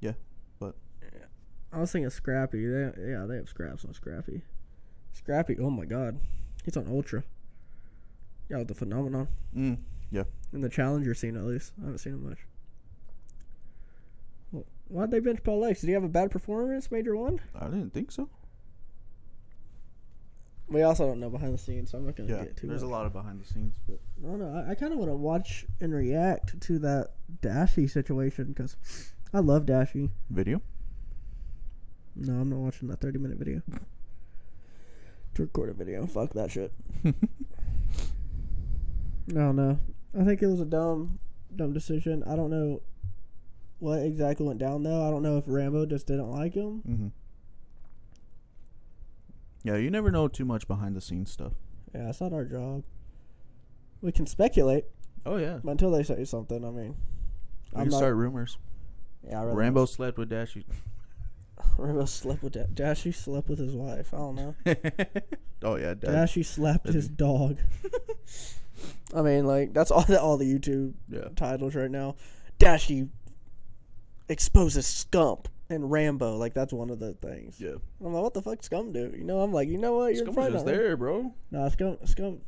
Yeah, but- Yeah. I was thinking Scrappy. They, yeah, they have scraps on Scrappy. Scrappy. Oh my God, he's on Ultra. Yeah, with the phenomenon Mm. in the Challenger scene at least. I haven't seen him much. Well, why'd they bench Paul X? Did he have a bad performance, Major One? I didn't think so. We also don't know behind the scenes, so I'm not gonna Yeah, get too there's much. a lot of behind the scenes, but I don't know. I, I kind of want to watch and react to that Dashy situation because I love Dashy. video. No, I'm not watching that 30 minute video. to record a video. Fuck that shit. No, no. I think it was a dumb, dumb decision. I don't know what exactly went down though. I don't know if Rambo just didn't like him. Mm-hmm. Yeah, you never know too much behind the scenes stuff. Yeah, it's not our job. We can speculate, Oh yeah, but until they say something, I mean, we I'm can not- start rumors. yeah, I rather- Rambo slept with Dashi. Rambo slept with da- Dashy slept with his wife. I don't know. oh yeah, Dash. Dashy slapped that'd his dog. I mean, like that's all the, all the YouTube Yeah, titles right now. Dashy exposes Scump and Rambo. Like that's one of the things. yeah. I'm like, what the fuck, Scump do? You know, I'm like, you know what? You're Scum was probably just not right. there, bro. Nah, Scump, Scump.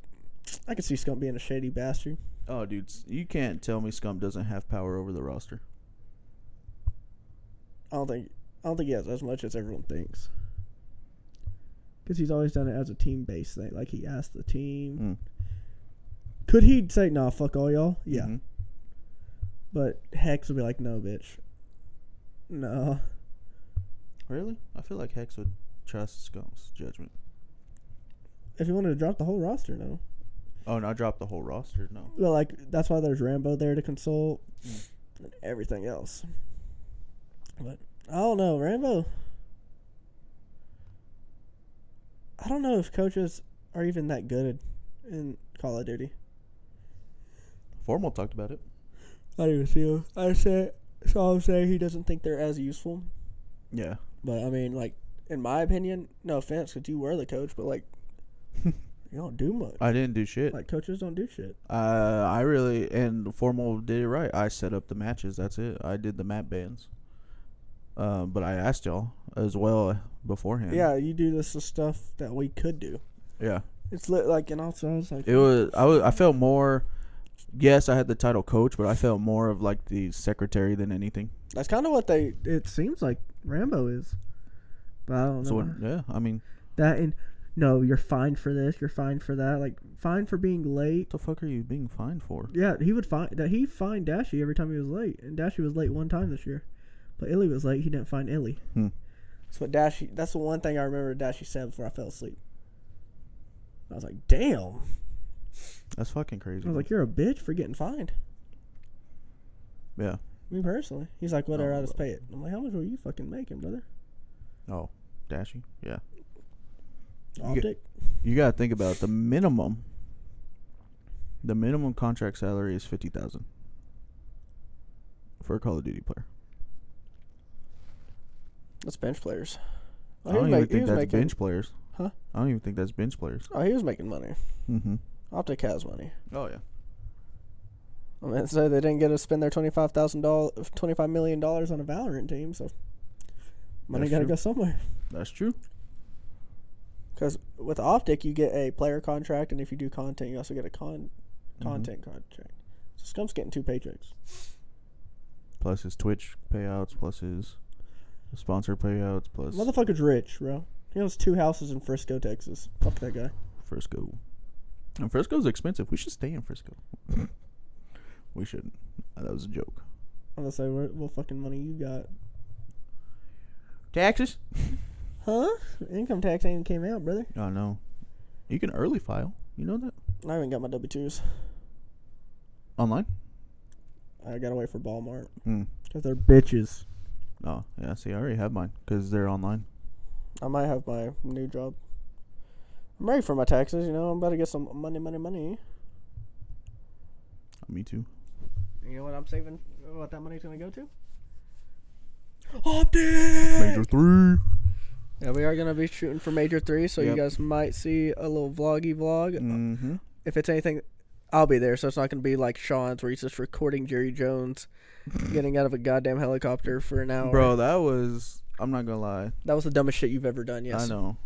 I could see Scump being a shady bastard. Oh, dude, s- you can't tell me Scum doesn't have power over the roster. I don't think I don't think he has as much as everyone thinks. Because he's always done it as a team based thing. Like he asked the team. Mm. Could he say, "Nah, fuck all y'all"? Yeah, Mhm. but Hex would be like, "No, bitch, no." Really? I feel like Hex would trust Skunk's judgment. If you wanted to drop the whole roster, no. Oh, and I dropped the whole roster. No. Well, like that's why there's Rambo there to console and everything else. But I don't know, Rambo. I don't know if coaches are even that good in Call of Duty. Formal talked about it. I didn't even see him. I said, so I'm saying he doesn't think they're as useful. Yeah. But I mean, like in my opinion, no offense, because you were the coach, but like you don't do much. I didn't do shit. Like coaches don't do shit. Uh, I really and formal did it right. I set up the matches. That's it. I did the map bans. Uh, but I asked y'all as well beforehand. Yeah, you do this is stuff that we could do. Yeah. It's lit, like, and also I was like, It was. I was. I felt more. Yes, I had the title coach, but I felt more of like the secretary than anything. that's kind of what they. It seems like Rambo is, but I don't know So yeah, I mean, that. And no, you're fined for this. You're fined for that. Like fined for being late. what the fuck are you being fined for? Yeah, he would find that he fined Dashy every time he was late, and Dashy was late one time this year, but Illy was late. He didn't find Illy. Hmm. That's what Dashy. That's the one thing I remember Dashy said before I fell asleep. I was like, damn. That's fucking crazy. I was like, you're a bitch for getting fined. yeah. Me personally, he's like, whatever, Oh, I'll just well. pay it. I'm like, how much were you fucking making, brother? Oh, Dashy. Yeah. You get- Optic. You gotta think about it. the minimum. The minimum contract salary is fifty thousand for a Call of Duty player. That's bench players. Oh, I he don't was even make- he think was that's making- bench players. Huh? I don't even think that's bench players. Oh, he was making money. Mm-hmm. Optic has money. Oh yeah. I mean, so they didn't get to spend their twenty five thousand dollars, twenty five million dollars on a Valorant team. So money That's got to true. go somewhere. That's true. Because with Optic, you get a player contract, and if you do content, you also get a con Mhm. content contract. So Scump's getting two paychecks. Plus his Twitch payouts, plus his sponsor payouts, plus Motherfucker's rich, bro. He owns two houses in Frisco, Texas. Fuck that guy. Frisco. And Frisco's expensive. We should stay in Frisco. we shouldn't. Uh, That was a joke. I'm gonna say, what, what fucking money you got? Taxes? Huh? Income tax ain't even came out, brother. I know. You can early file. You know that I haven't got my W twos. online. I gotta wait for Walmart Mm. because they're bitches. Oh yeah. See, I already have mine because they're online. I might have my new job. I'm ready for my taxes, you know. I'm about to get some money, money, money. Me too. You know what I'm saving? What that money's gonna go to? Major three. Yeah, we are gonna be shooting for Major Three, so Yep. you guys might see a little vloggy vlog. Mm-hmm. If it's anything, I'll be there, so it's not gonna be like Sean's, where he's just recording Jerry Jones getting out of a goddamn helicopter for an hour. Bro, that was. I'm not gonna lie. that was the dumbest shit you've ever done. Yes, I know.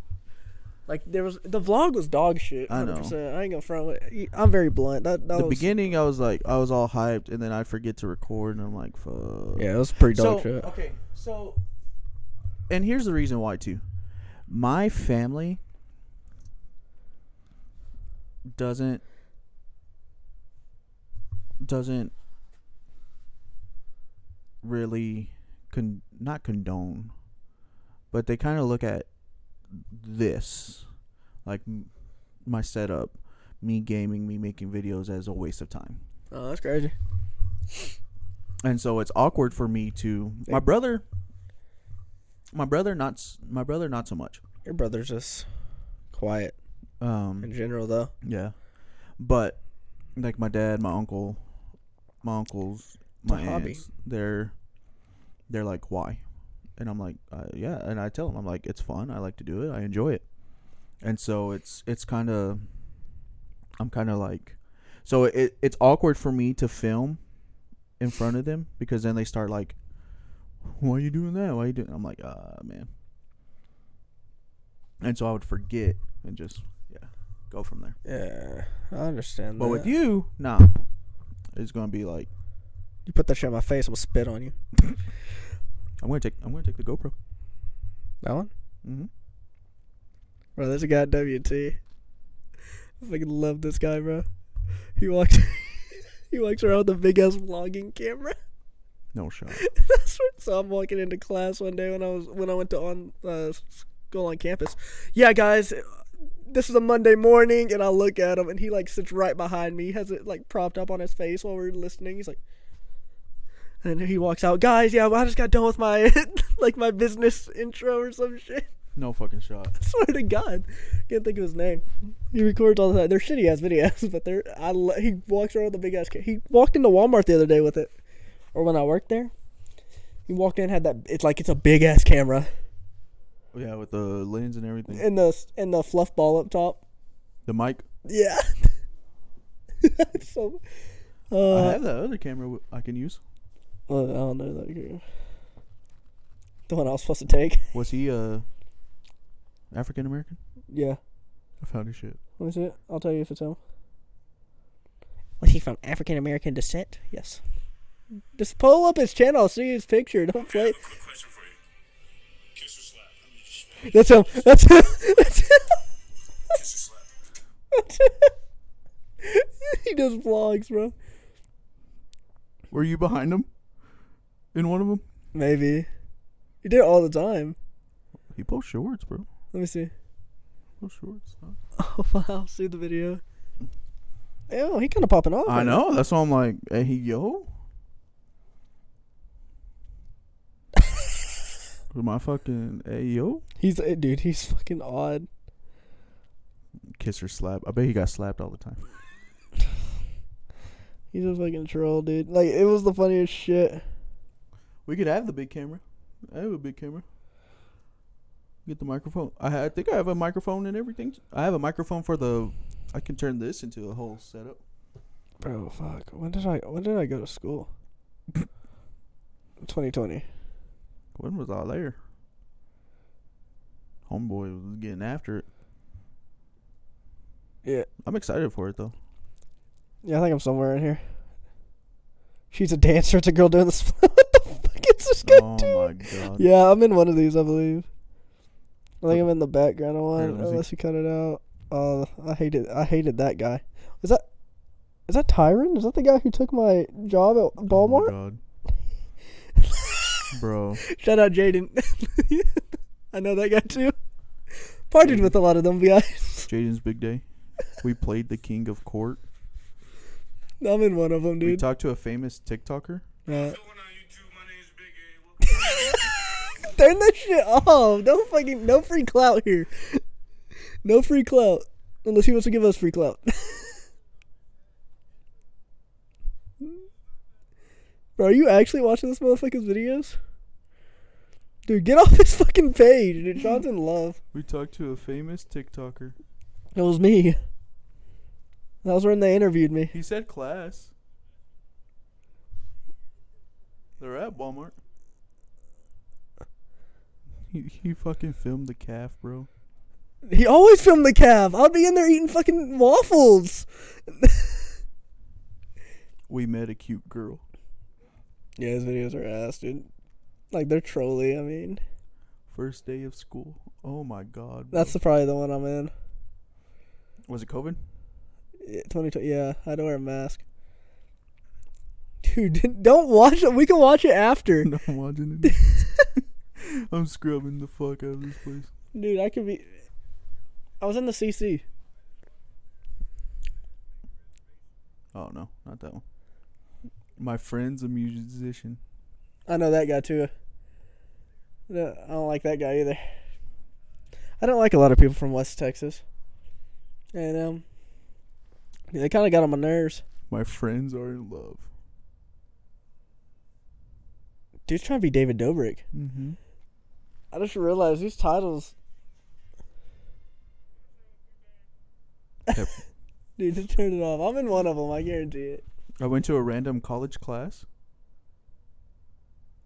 Like there was the vlog was dog shit. I know. 100%. I ain't gonna front. with- I'm very blunt. That, that the was beginning, I was like, I was all hyped, and then I forget to record, and I'm like, fuck. Yeah, it was pretty So dog shit. okay, so, and here's the reason why too. My family doesn't doesn't really con not condone, but they kind of look at this like m- my setup, me gaming, me making videos as a waste of time. Oh, that's crazy. and so it's awkward for me to my brother my brother not s- my brother not so much Your brother's just quiet in um general, though. yeah but like my dad my uncle my uncles my a hobby. aunts they're they're like why and i'm like uh, yeah and i tell them i'm like it's fun i like to do it i enjoy it and so it's it's kind of i'm kind of like so it it's awkward for me to film in front of them because then they start like why are you doing that why you doing i'm like ah man and so i would forget and just yeah go from there Yeah, I understand. but that. with you nah it's gonna be like you put that shit in my face, I'm gonna spit on you. I'm gonna take. I'm gonna take the GoPro. That one? hmm Bro, this guy at WT. I fucking love this guy, bro. He walks he walks around with a big ass vlogging camera. No shot. That's what, so I'm walking into class one day when I was when I went to on uh, school on campus. Yeah, guys, this is a Monday morning, and I look at him, and he like sits right behind me. He has it like propped up on his face while we're listening. He's like, and then he walks out. Guys, yeah, well, I just got done with my like my business intro or some shit. No fucking shot. I swear to God, can't think of his name. He records all the time. They're shitty ass videos, but they're I. lo- He walks around with a big ass. ca- He walked into Walmart the other day with it, or when I worked there, he walked in had that. It's like it's a big ass camera Yeah, with the lens and everything. and the and the fluff ball up top. The mic. Yeah. so, uh, I have that other camera w- I can use. well, I don't know that. Here. The one I was supposed to take. Was he uh African American? Yeah. I found his shit. Let me see it. I'll tell you if it's him. Was he from African American descent? Yes. Just pull up his channel, see his picture. Don't play. Quick question for you. Kiss or slap? That's him. That's him. That's him. Kiss or slap? he does vlogs, bro. Were you behind him? In one of them? Maybe. He did it all the time. He posts shorts, bro. Let me see. Posts shorts. huh? Oh wow, see the video. Oh, he kind of popping off. I right now. know. That's why I'm like, hey, yo. 'Cause My fucking hey yo He's eh, dude. He's fucking odd. kiss or slap. I bet he got slapped all the time. He's a fucking troll, dude. Like it was the funniest shit. We could have the big camera. I have a big camera. Get the microphone. I, ha- I think I have a microphone and everything. I have a microphone for the. I can turn this into a whole setup. Bro, fuck. When did I? When did I go to school? 2020. When was I there? Homeboy was getting after it. Yeah. I'm excited for it though. Yeah, I think I'm somewhere in here. She's a dancer. It's a girl doing the split. what the fuck is this guy Oh doing? my god. Yeah, I'm in one of these, I believe. I think I'm in the background of Here, let one, me see. unless you cut it out. Uh, I hated, I hated that guy. Is that, is that Tyron? Is that the guy who took my job at Oh my Walmart? god. Bro. Shout out Jaden. I know that guy too. Partied with a lot of them guys. Jaden's big day. We played the king of court. I'm in one of them, We dude. talked to a famous TikToker. Uh, Going on YouTube, my name's Big A. What- Turn that shit off. Don't fucking no free clout here. No free clout. Unless he wants to give us free clout. Bro, are you actually watching this motherfucker's videos? Dude, get off his fucking page, dude. Sean's in love. We talked to a famous TikToker. It was me. That was when they interviewed me. He said class. They're at Walmart. He, he fucking filmed the calf, bro. He always filmed the calf. I'll be in there eating fucking waffles. We met a cute girl. Yeah, his videos are ass, dude. Like, they're trolly, I mean. First day of school. Oh my god. Bro. That's the, probably the one I'm in. was it COVID? Yeah, 2020. Yeah, I had to wear a mask. Dude, don't watch it. We can watch it after. No, I'm watching it. I'm scrubbing the fuck out of this place. Dude, I could be. I was in the CC. Oh no, not that one. My friend's a musician. I know that guy too. No, I don't like that guy either. I don't like a lot of people from West Texas. And, um, they kind of got on my nerves. My friends are in love. Dude's trying to be David Dobrik. Mm-hmm. I just realized these titles. Yep. Dude, just turn it off. I'm in one of them, I guarantee it. I went to a random college class.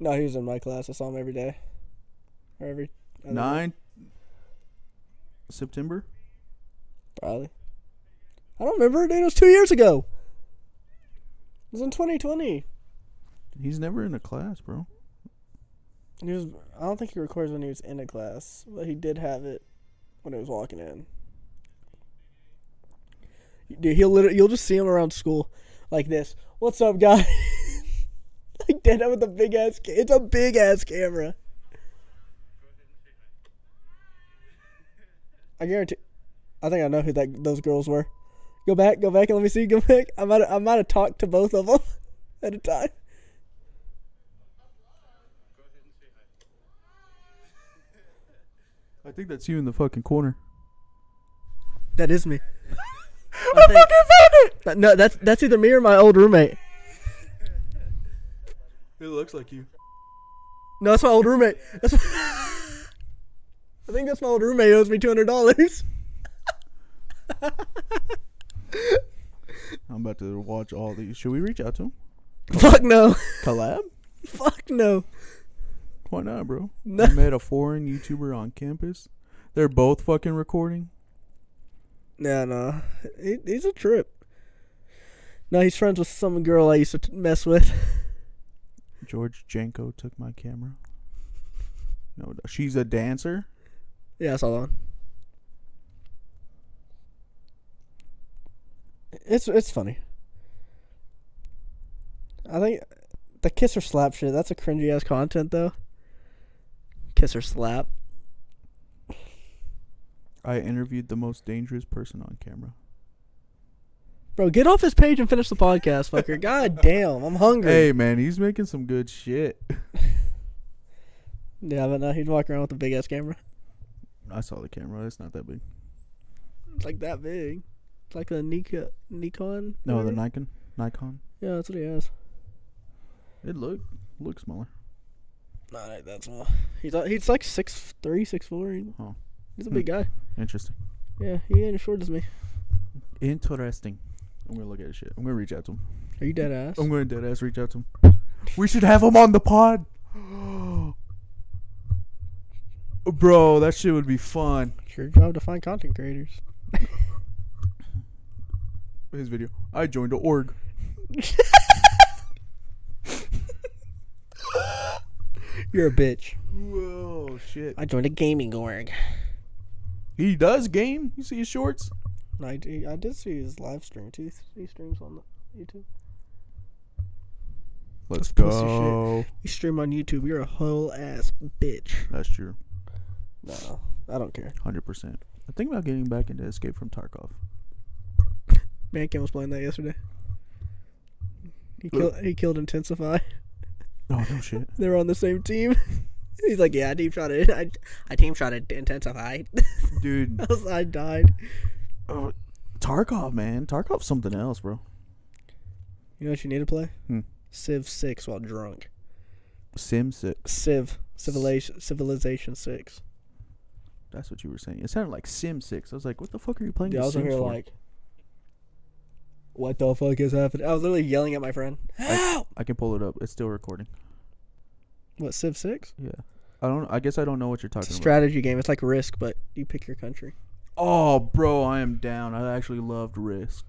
No, he was in my class. I saw him every day. Or every other day, Nine September. probably. I don't remember, dude. It was two years ago. It was in 2020. He's never in a class, bro. He was, I don't think he records when he was in a class, but he did have it when he was walking in. Dude, he'll literally, you'll just see him around school like this. What's up, guys? like did that with a big ass. Ca- it's a big ass camera. I guarantee. I think I know who that those girls were. Go back, go back, and let me see. Go back. I might, I might have talked to both of them at a time. I think that's you in the fucking corner. That is me. I fucking found it. No, that's that's either me or my old roommate. It looks like you. No, that's my old roommate. That's my- I think that's my old roommate who owes me two hundred dollars. I'm about to watch all these. Should we reach out to him? Fuck no. Collab? Fuck no. Why not, bro? No. I met a foreign YouTuber on campus. They're both fucking recording. No, no. He, he's a trip. No, he's friends with some girl I used to t- mess with. George Janko took my camera. No, she's a dancer. Yeah, it's all on. It's it's funny. I think the kiss or slap shit. That's a cringy ass content though. Kiss or slap. I interviewed the most dangerous person on camera. Bro, get off his page and finish the podcast, fucker. God damn, I'm hungry. Hey, man, he's making some good shit. Yeah, but no, he'd walk around with a big ass camera. I saw the camera. It's not that big. It's like that big. It's like a Nika, Nikon. No, the whatever. Nikon. Nikon. Yeah, that's what he has. It looked looked smaller. Not like that small. He's uh, he's like six three, six four. He, Oh. He's a Hmm. big guy. Interesting. Yeah, he ain't as short as me. Interesting. I'm gonna look at his shit. I'm gonna reach out to him. Are you dead ass? I'm gonna dead ass reach out to him. We should have him on the pod. Oh. Bro, that shit would be fun. It's your job to find content creators. His video. I joined a org. You're a bitch. Whoa, shit. I joined a gaming org. He does game. You see his shorts? I, d- I did see his live stream too. He streams on the YouTube. Let's That's pussy You stream on YouTube. You're a whole ass bitch. That's true. No, I don't care. Hundred percent. I think about getting back into Escape from Tarkov. Man, Kim was playing that yesterday. He killed. He killed Intensify. Oh no shit. They were on the same team. He's like, yeah, I team shot it. I, I team shot it. Intensify. Dude. I was- I died. Oh, Tarkov, man. Tarkov's something else, bro. You know what you need to play? Hmm. Civ Six while drunk. Sim six. Civ Civilization Civilization Six. That's what you were saying. It sounded like Sim six. I was like, what the fuck are you playing? Dude, the I was over Sims here for? like, what the fuck is happening? I was literally yelling at my friend. I, I can pull it up. It's still recording. What Civ Six? Yeah. I don't. I guess I don't know what you're It's talking a about. strategy game. It's like Risk, but you pick your country. Oh, bro, I am down. I actually loved Risk.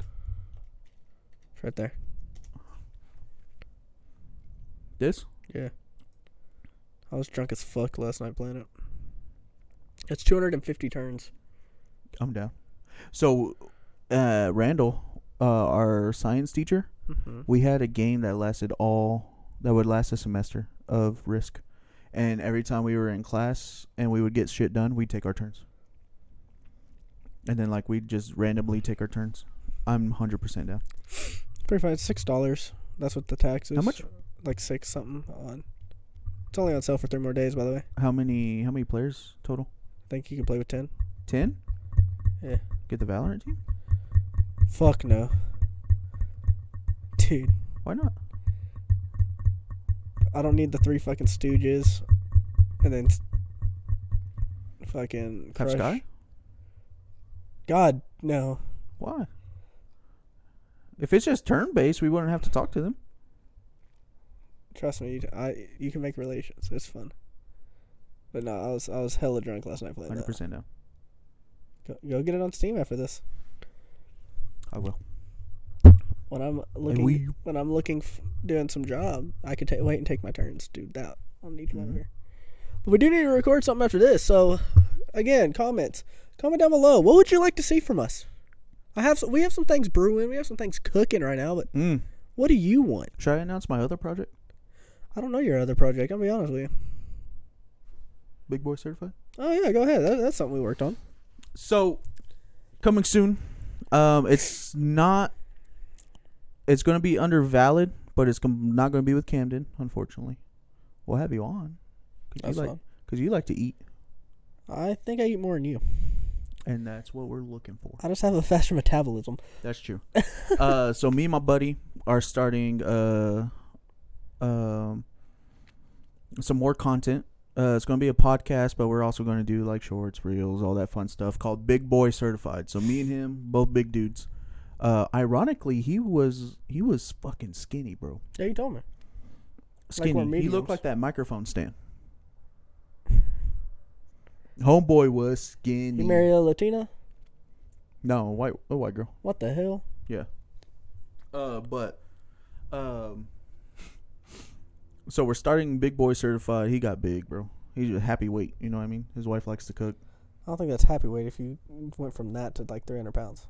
It's right there. This? Yeah. I was drunk as fuck last night playing it. It's 250 turns. I'm down. So, uh, Randall, uh, our science teacher, Mm-hmm. we had a game that lasted all that would last a semester of Risk, and every time we were in class and we would get shit done, we'd take our turns. And then like we'd just randomly take our turns. I'm hundred percent down. Pretty fine. It's six dollars. That's what the tax is. How much? Like six something on. It's only on sale for three more days, by the way. How many? How many players total? I think you can play with ten. Ten. Yeah. Get the Valorant team. Fuck no. Dude, Why not? I don't need the three fucking Stooges, and then s- fucking Have Crush. Sky. God no. Why? If it's just turn based, we wouldn't have to talk to them. Trust me, you, I you can make relations. It's fun. But no, I was I was hella drunk last night playing Hundred that. percent down. Go, go get it on Steam after this. I will. When I'm looking, will. when I'm looking, f- doing some job, I could ta- wait and take my turns, dude. That on each one Mhm. here. But we do need to record something after this. So, again, comments. Comment down below. What would you like to see from us? I have some, we have some things brewing. We have some things cooking right now. But Mm. what do you want? Should I announce my other project? I don't know your other project. I'll be honest with you. Big Boy Certified. Oh yeah, go ahead. That, that's something we worked on. So, coming soon. Um, it's not. It's gonna be under valid, but it's com- not gonna be with Camden, unfortunately. We'll have you on. 'cause That's you like, fine. Because you like to eat, I think I eat more than you. and that's what we're looking for. I just have a faster metabolism. That's true. uh, so me and my buddy are starting uh, um, some more content. Uh, it's going to be a podcast, but we're also going to do like shorts, reels, all that fun stuff called Big Boy Certified. So me and him, both big dudes. Uh, ironically, he was he was fucking skinny, bro. Yeah, you told me. we're Skinny. he mediums. looked like that microphone stand. Homeboy was skinny. You married a Latina? no, white a white girl. What the hell? Yeah. Uh, but, um, so we're starting Big Boy Certified. He got big, bro. He's a happy weight. You know what I mean? His wife likes to cook. I don't think that's happy weight if you went from that to like 300 pounds.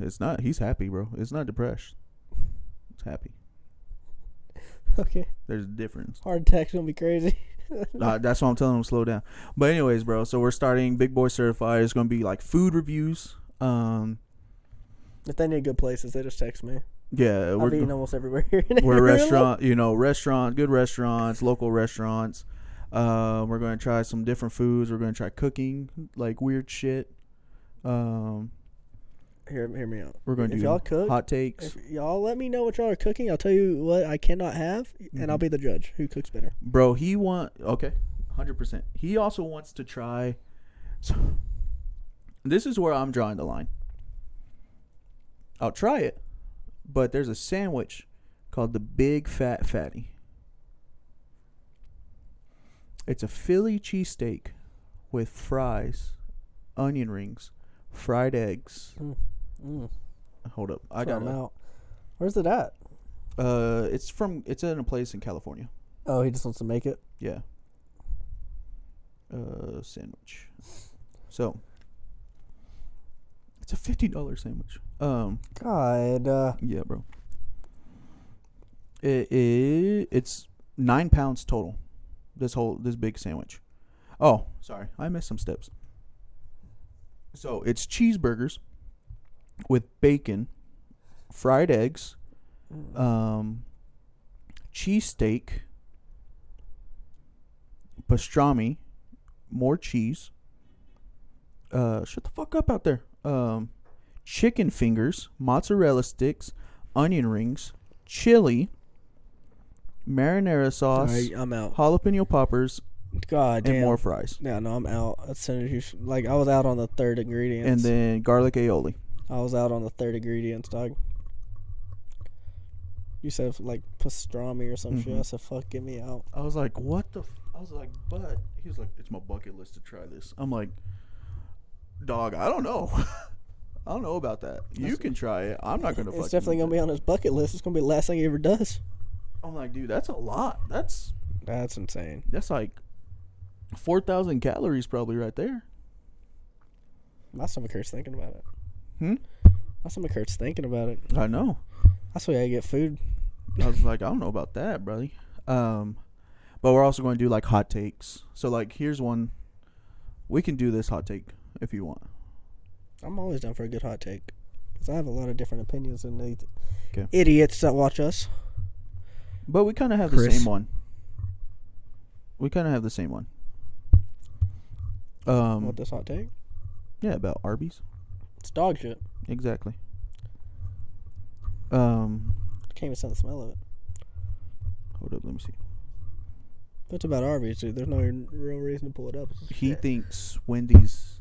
It's not. He's happy, bro. It's not depressed. It's happy. Okay. There's a difference. Heart attack's gonna be crazy. Uh, that's why I'm telling him to slow down. But anyways, bro. So we're starting Big Boy Certified. It's gonna be like food reviews. Um, If they need good places, they just text me. yeah, I've eaten we're almost everywhere here. in we're Amarillo. restaurant. You know, restaurant, good restaurants, local restaurants. Uh, we're gonna try some different foods. We're gonna try cooking, like weird shit. Um, Hear, hear me out. we're gonna If do y'all cook, hot takes, If y'all let me know what y'all are cooking, I'll tell you what I cannot have, and I'll Mm-hmm. be the judge who cooks better. bro. He want okay, hundred percent. He also wants to try. So, this is where I'm drawing the line. I'll try it, but there's a sandwich called the Big Fat Fatty. It's a Philly cheesesteak with fries, onion rings, fried eggs. Mm. Hold up, I Throw got 'em it. out. Where's it at? Uh, it's from it's in a place in California. Oh, he just wants to make it. Yeah. Uh, sandwich. So it's a fifty dollar sandwich. Um, God, uh, yeah, bro. It, it it's nine pounds total. This whole this big sandwich. Oh, sorry, I missed some steps. So it's cheeseburgers with bacon, fried eggs, um, cheesesteak, pastrami, more cheese. Uh, shut the fuck up out there. Um, chicken fingers, mozzarella sticks, onion rings, chili, marinara sauce, I, I'm out. jalapeno poppers, God damn. and more fries. Yeah, no, I'm out. As soon as you s- like, I was out on the third ingredient. And then garlic aioli. I was out on the third ingredients, dog. You said like pastrami or some shit. I said, "Fuck, get me out." I was like, what the? F-? I was like, but he was like, it's my bucket list to try this. I'm like, dog, I don't know. I don't know about that. You can try it. I'm not gonna. It's definitely gonna be on his bucket list. It's gonna be the last thing he ever does. I'm like, dude, that's a lot. That's That's insane. that's like four thousand calories probably right there. My stomach hurts thinking about it. Hmm. My stomach hurts thinking about it. I know. That's why I get food. I was like, I don't know about that, brother. Um, but we're also going to do like hot takes. So like, here's one. We can do this hot take if you want. I'm always down for a good hot take because I have a lot of different opinions than the 'Kay. idiots that watch us. But we kind of have the Chris. same one. We kind of have the same one. Um, What this hot take? yeah, about Arby's. It's dog shit. Exactly. Um, Can't even stand the smell of it. hold up, let me see. But it's about Arby's, dude. There's no r- real reason to pull it up. It's just He shit. thinks Wendy's.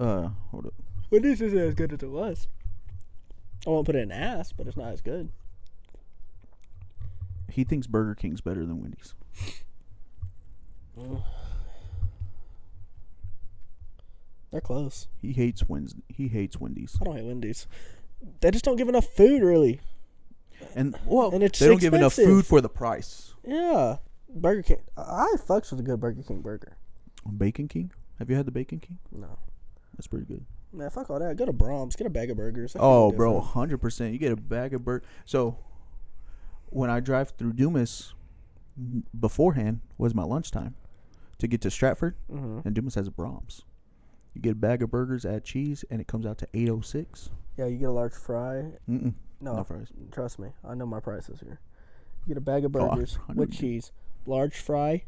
Uh, hold up. But this isn't as good as it was. I won't put it in ass, but it's not as good. He thinks Burger King's better than Wendy's. They're close. He hates Wednesday. He hates Wendy's. I don't hate Wendy's. They just don't give enough food, really. And well, And it's they don't give enough expensive. food for the price. Yeah. Burger King. I fucks with a good Burger King burger. Bacon King. Have you had the Bacon King? No. That's pretty good. Man, fuck all that. Go to Brahms. Get a bag of burgers. That's Oh, something bro, different. hundred percent. You get a bag of burger. So when I drive through Dumas, n- beforehand was my lunchtime to get to Stratford, Mm-hmm. and Dumas has a Brahms. You get a bag of burgers, add cheese, and it comes out to eight oh six. Yeah, you get a large fry. No, No, no fries. trust me. I know my prices here. You get a bag of Oh, I- burgers I know with you- cheese, large fry,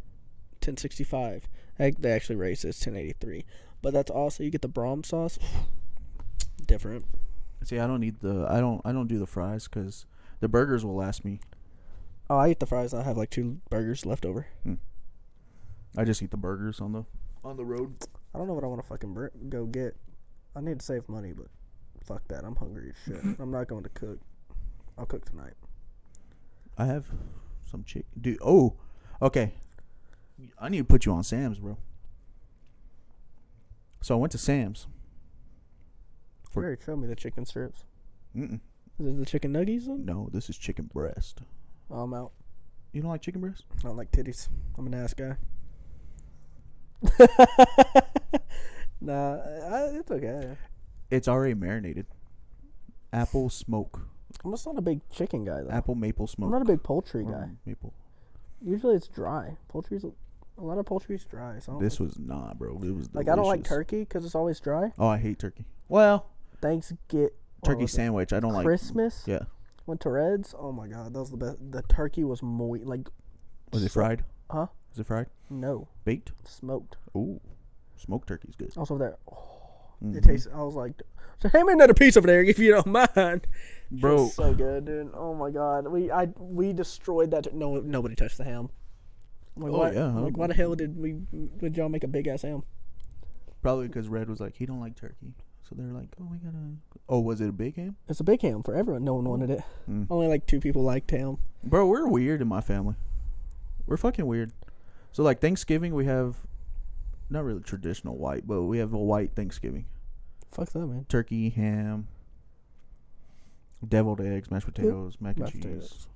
ten sixty five. They actually raised it ten eighty three, but that's also you get the Brahms sauce. Different. See, I don't need the. I don't. I don't do the fries because the burgers will last me. Oh, I eat the fries. and I have like two burgers left over. I just eat the burgers on the on the road. I don't know what I want to fucking bur- go get. I need to save money, but fuck that. I'm hungry as shit. I'm not going to cook. I'll cook tonight. I have some chick. Dude, oh, okay. I need to put you on Sam's, bro. So I went to Sam's. For- You already showed me the chicken strips. Mm-mm. Is it the chicken nuggies? Then? No, this is chicken breast. Oh, I'm out. You don't like chicken breast? I don't like titties. I'm an ass guy. nah, I, it's okay. It's already marinated. Apple smoke. I'm just not a big chicken guy though. Apple maple I'm smoke. not a big poultry Or guy. Maple. Usually it's dry. Poultry's a, a lot of poultry's dry. So I don't This was not, bro. It was delicious. like, like I don't like turkey because it's always dry. Oh, I hate turkey. Well, Thanks get turkey sandwich. I don't like. Christmas. Yeah. Went to Reds. Oh my god, that was the best. The turkey was moist. Like, Was it fried? huh? Is it fried? No, Baked? smoked. Ooh, smoked turkey's good. Also that. Oh, Mm-hmm. It tastes. I was like, so hand me another piece over there if you don't mind. Bro, It's so good, dude. Oh my god, we I we destroyed that. no, nobody touched the ham. I'm like, Oh, why, yeah, I'm like, huh? why the hell did we? Did y'all make a big ass ham? Probably because Red was like, he don't like turkey. So they're like, oh, we gotta. Oh, was it a big ham? It's a big ham for everyone. No one wanted it. Mm. Only like two people liked ham. Bro, we're weird in my family. We're fucking weird. So, like, Thanksgiving, we have not really traditional white, but we have a white Thanksgiving Fuck that, man. turkey, ham, deviled eggs, mashed potatoes, mac and Mashed cheese,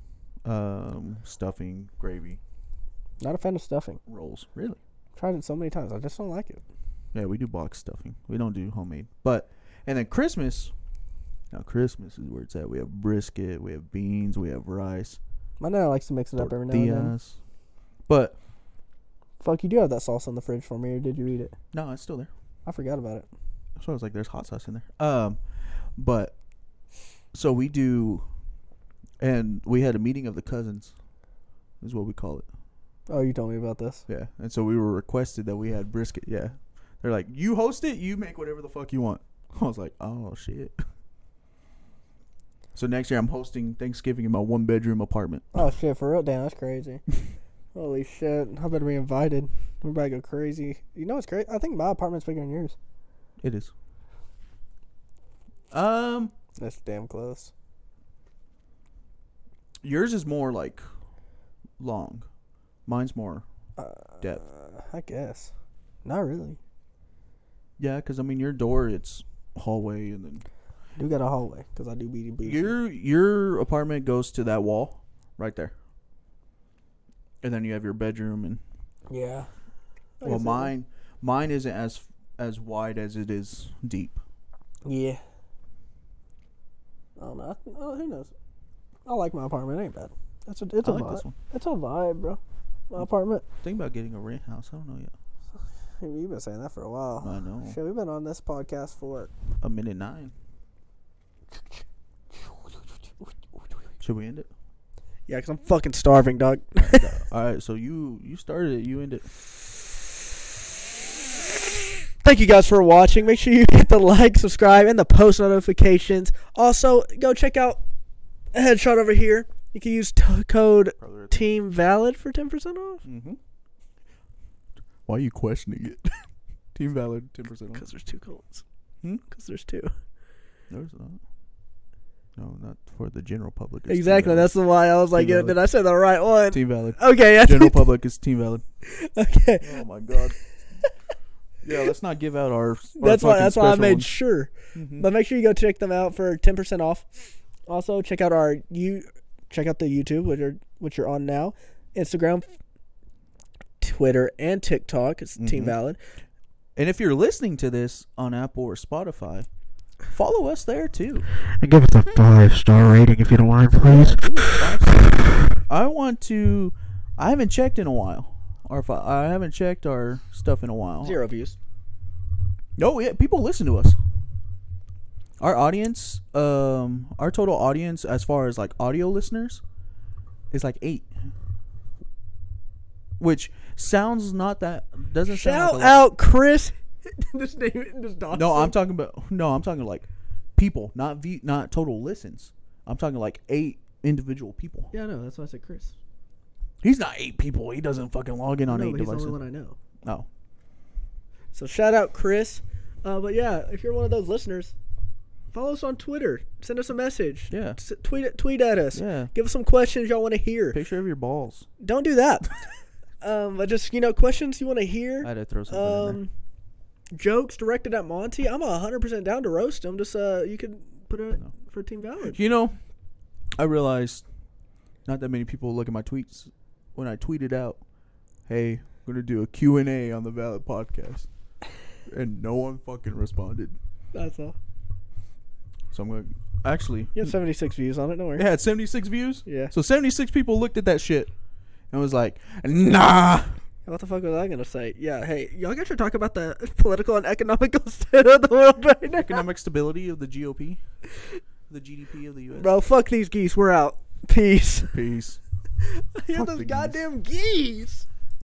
um, stuffing, gravy, Not a fan of stuffing. rolls. Really? Tried it so many times. I just don't like it. Yeah, we do box stuffing. We don't do homemade. But and then Christmas. Now Christmas is where it's at. We have brisket, we have beans, we have rice, My nana likes to mix it up every now and then. tortillas. But uh, Fuck, you do have that salsa in the fridge for me, or did you eat it? no, it's still there. I forgot about it. So I was like, "There's hot sauce in there." Um, but so we do, and we had a meeting of the cousins, is what we call it. Oh, you told me about this. Yeah, and so we were requested that we had brisket. Yeah, they're like, "You host it. You make whatever the fuck you want." I was like, "Oh shit." So next year I'm hosting Thanksgiving in my one bedroom apartment. Oh shit, for real? Damn, that's crazy. Holy shit, I better be invited. Everybody go crazy. You know what's crazy? I think my apartment's bigger than yours. It is. Um, That's damn close. yours is more like long. Mine's more depth. Uh, I guess. Not really. Yeah, because I mean your door it's hallway and then Do got a hallway because I do BD bougie. your your apartment goes to that wall right there. And then you have your bedroom and Yeah. well mine mine isn't as as wide as it is deep. Yeah. I don't know. I- Oh, who knows? I like my apartment. It ain't bad. It's a it's I a like vibe. this one. It's a vibe, bro. My apartment. Think about getting a rent house. I don't know yet. You've been saying that for a while. I know. Shit, we've been on this podcast for A minute nine. Should we end it? yeah, because I'm fucking starving, dog. All right, so you you started it, you end it. Thank you guys for watching. Make sure you hit the like, subscribe, and the post notifications. Also, go check out a headshot over here. You can use t- code Team Valid for ten percent off. Mm-hmm. Why are you questioning it? Team Valid, ten percent off. Because there's two codes. Hmm? Because there's two. No, it's not. No, not for the general public. it's Team exactly. Valid. That's why I was like, Team yeah, Valid. did I say the right one? Team Valid. Okay. I General think- public is Team Valid. okay. Oh my god. yeah, let's not give out our. our that's why fucking that's why I special made one. sure. But make sure you go check them out for ten percent off. Also check out our you check out the YouTube which are which you're on now, Instagram, Twitter, and TikTok. It's Mm-hmm. Team Valid. And if you're listening to this on Apple or Spotify, follow us there too. And give us a five star rating if you don't mind, please. I want to. I haven't checked in a while, or if I, I haven't checked our stuff in a while. Zero views. No, yeah, people listen to us. Our audience, um, our total audience, as far as like audio listeners, is like eight, which sounds not that doesn't sound. Shout like a lot. out Chris. this name is Dawson. No, I'm talking about no, I'm talking like people, not view, not total listens. I'm talking like eight individual people. Yeah, no, that's why I said Chris. He's not eight people. He doesn't fucking log in on No, eight but he's the devices. only one I know. Oh, So shout out Chris. Uh, but yeah, if you're one of those listeners, follow us on Twitter. Send us a message. Yeah. S- tweet tweet at us. Yeah. Give us some questions y'all want to hear. picture of your balls. Don't do that. um, but just you know, questions you want to hear. I had to throw something in there. um, jokes directed at Monty. I'm hundred percent down to roast him. Just uh, you could put it for Team Valid. You know, I realized not that many people look at my tweets when I tweeted out, "Hey, I'm gonna do a Q and A on the Valid Podcast," and no one fucking responded. That's all. So I'm gonna actually. You have 76 views on it. Don't worry. It had 76 views. Yeah. So 76 people looked at that shit and was like, "Nah." What the fuck was I gonna say? Yeah. Hey, y'all got to talk about the political and economical state of the world right now. Economic stability of the GOP, the GDP of the U.S. Bro, fuck these geese. We're out. Peace. Peace. You're Fuck those the geese. goddamn geese.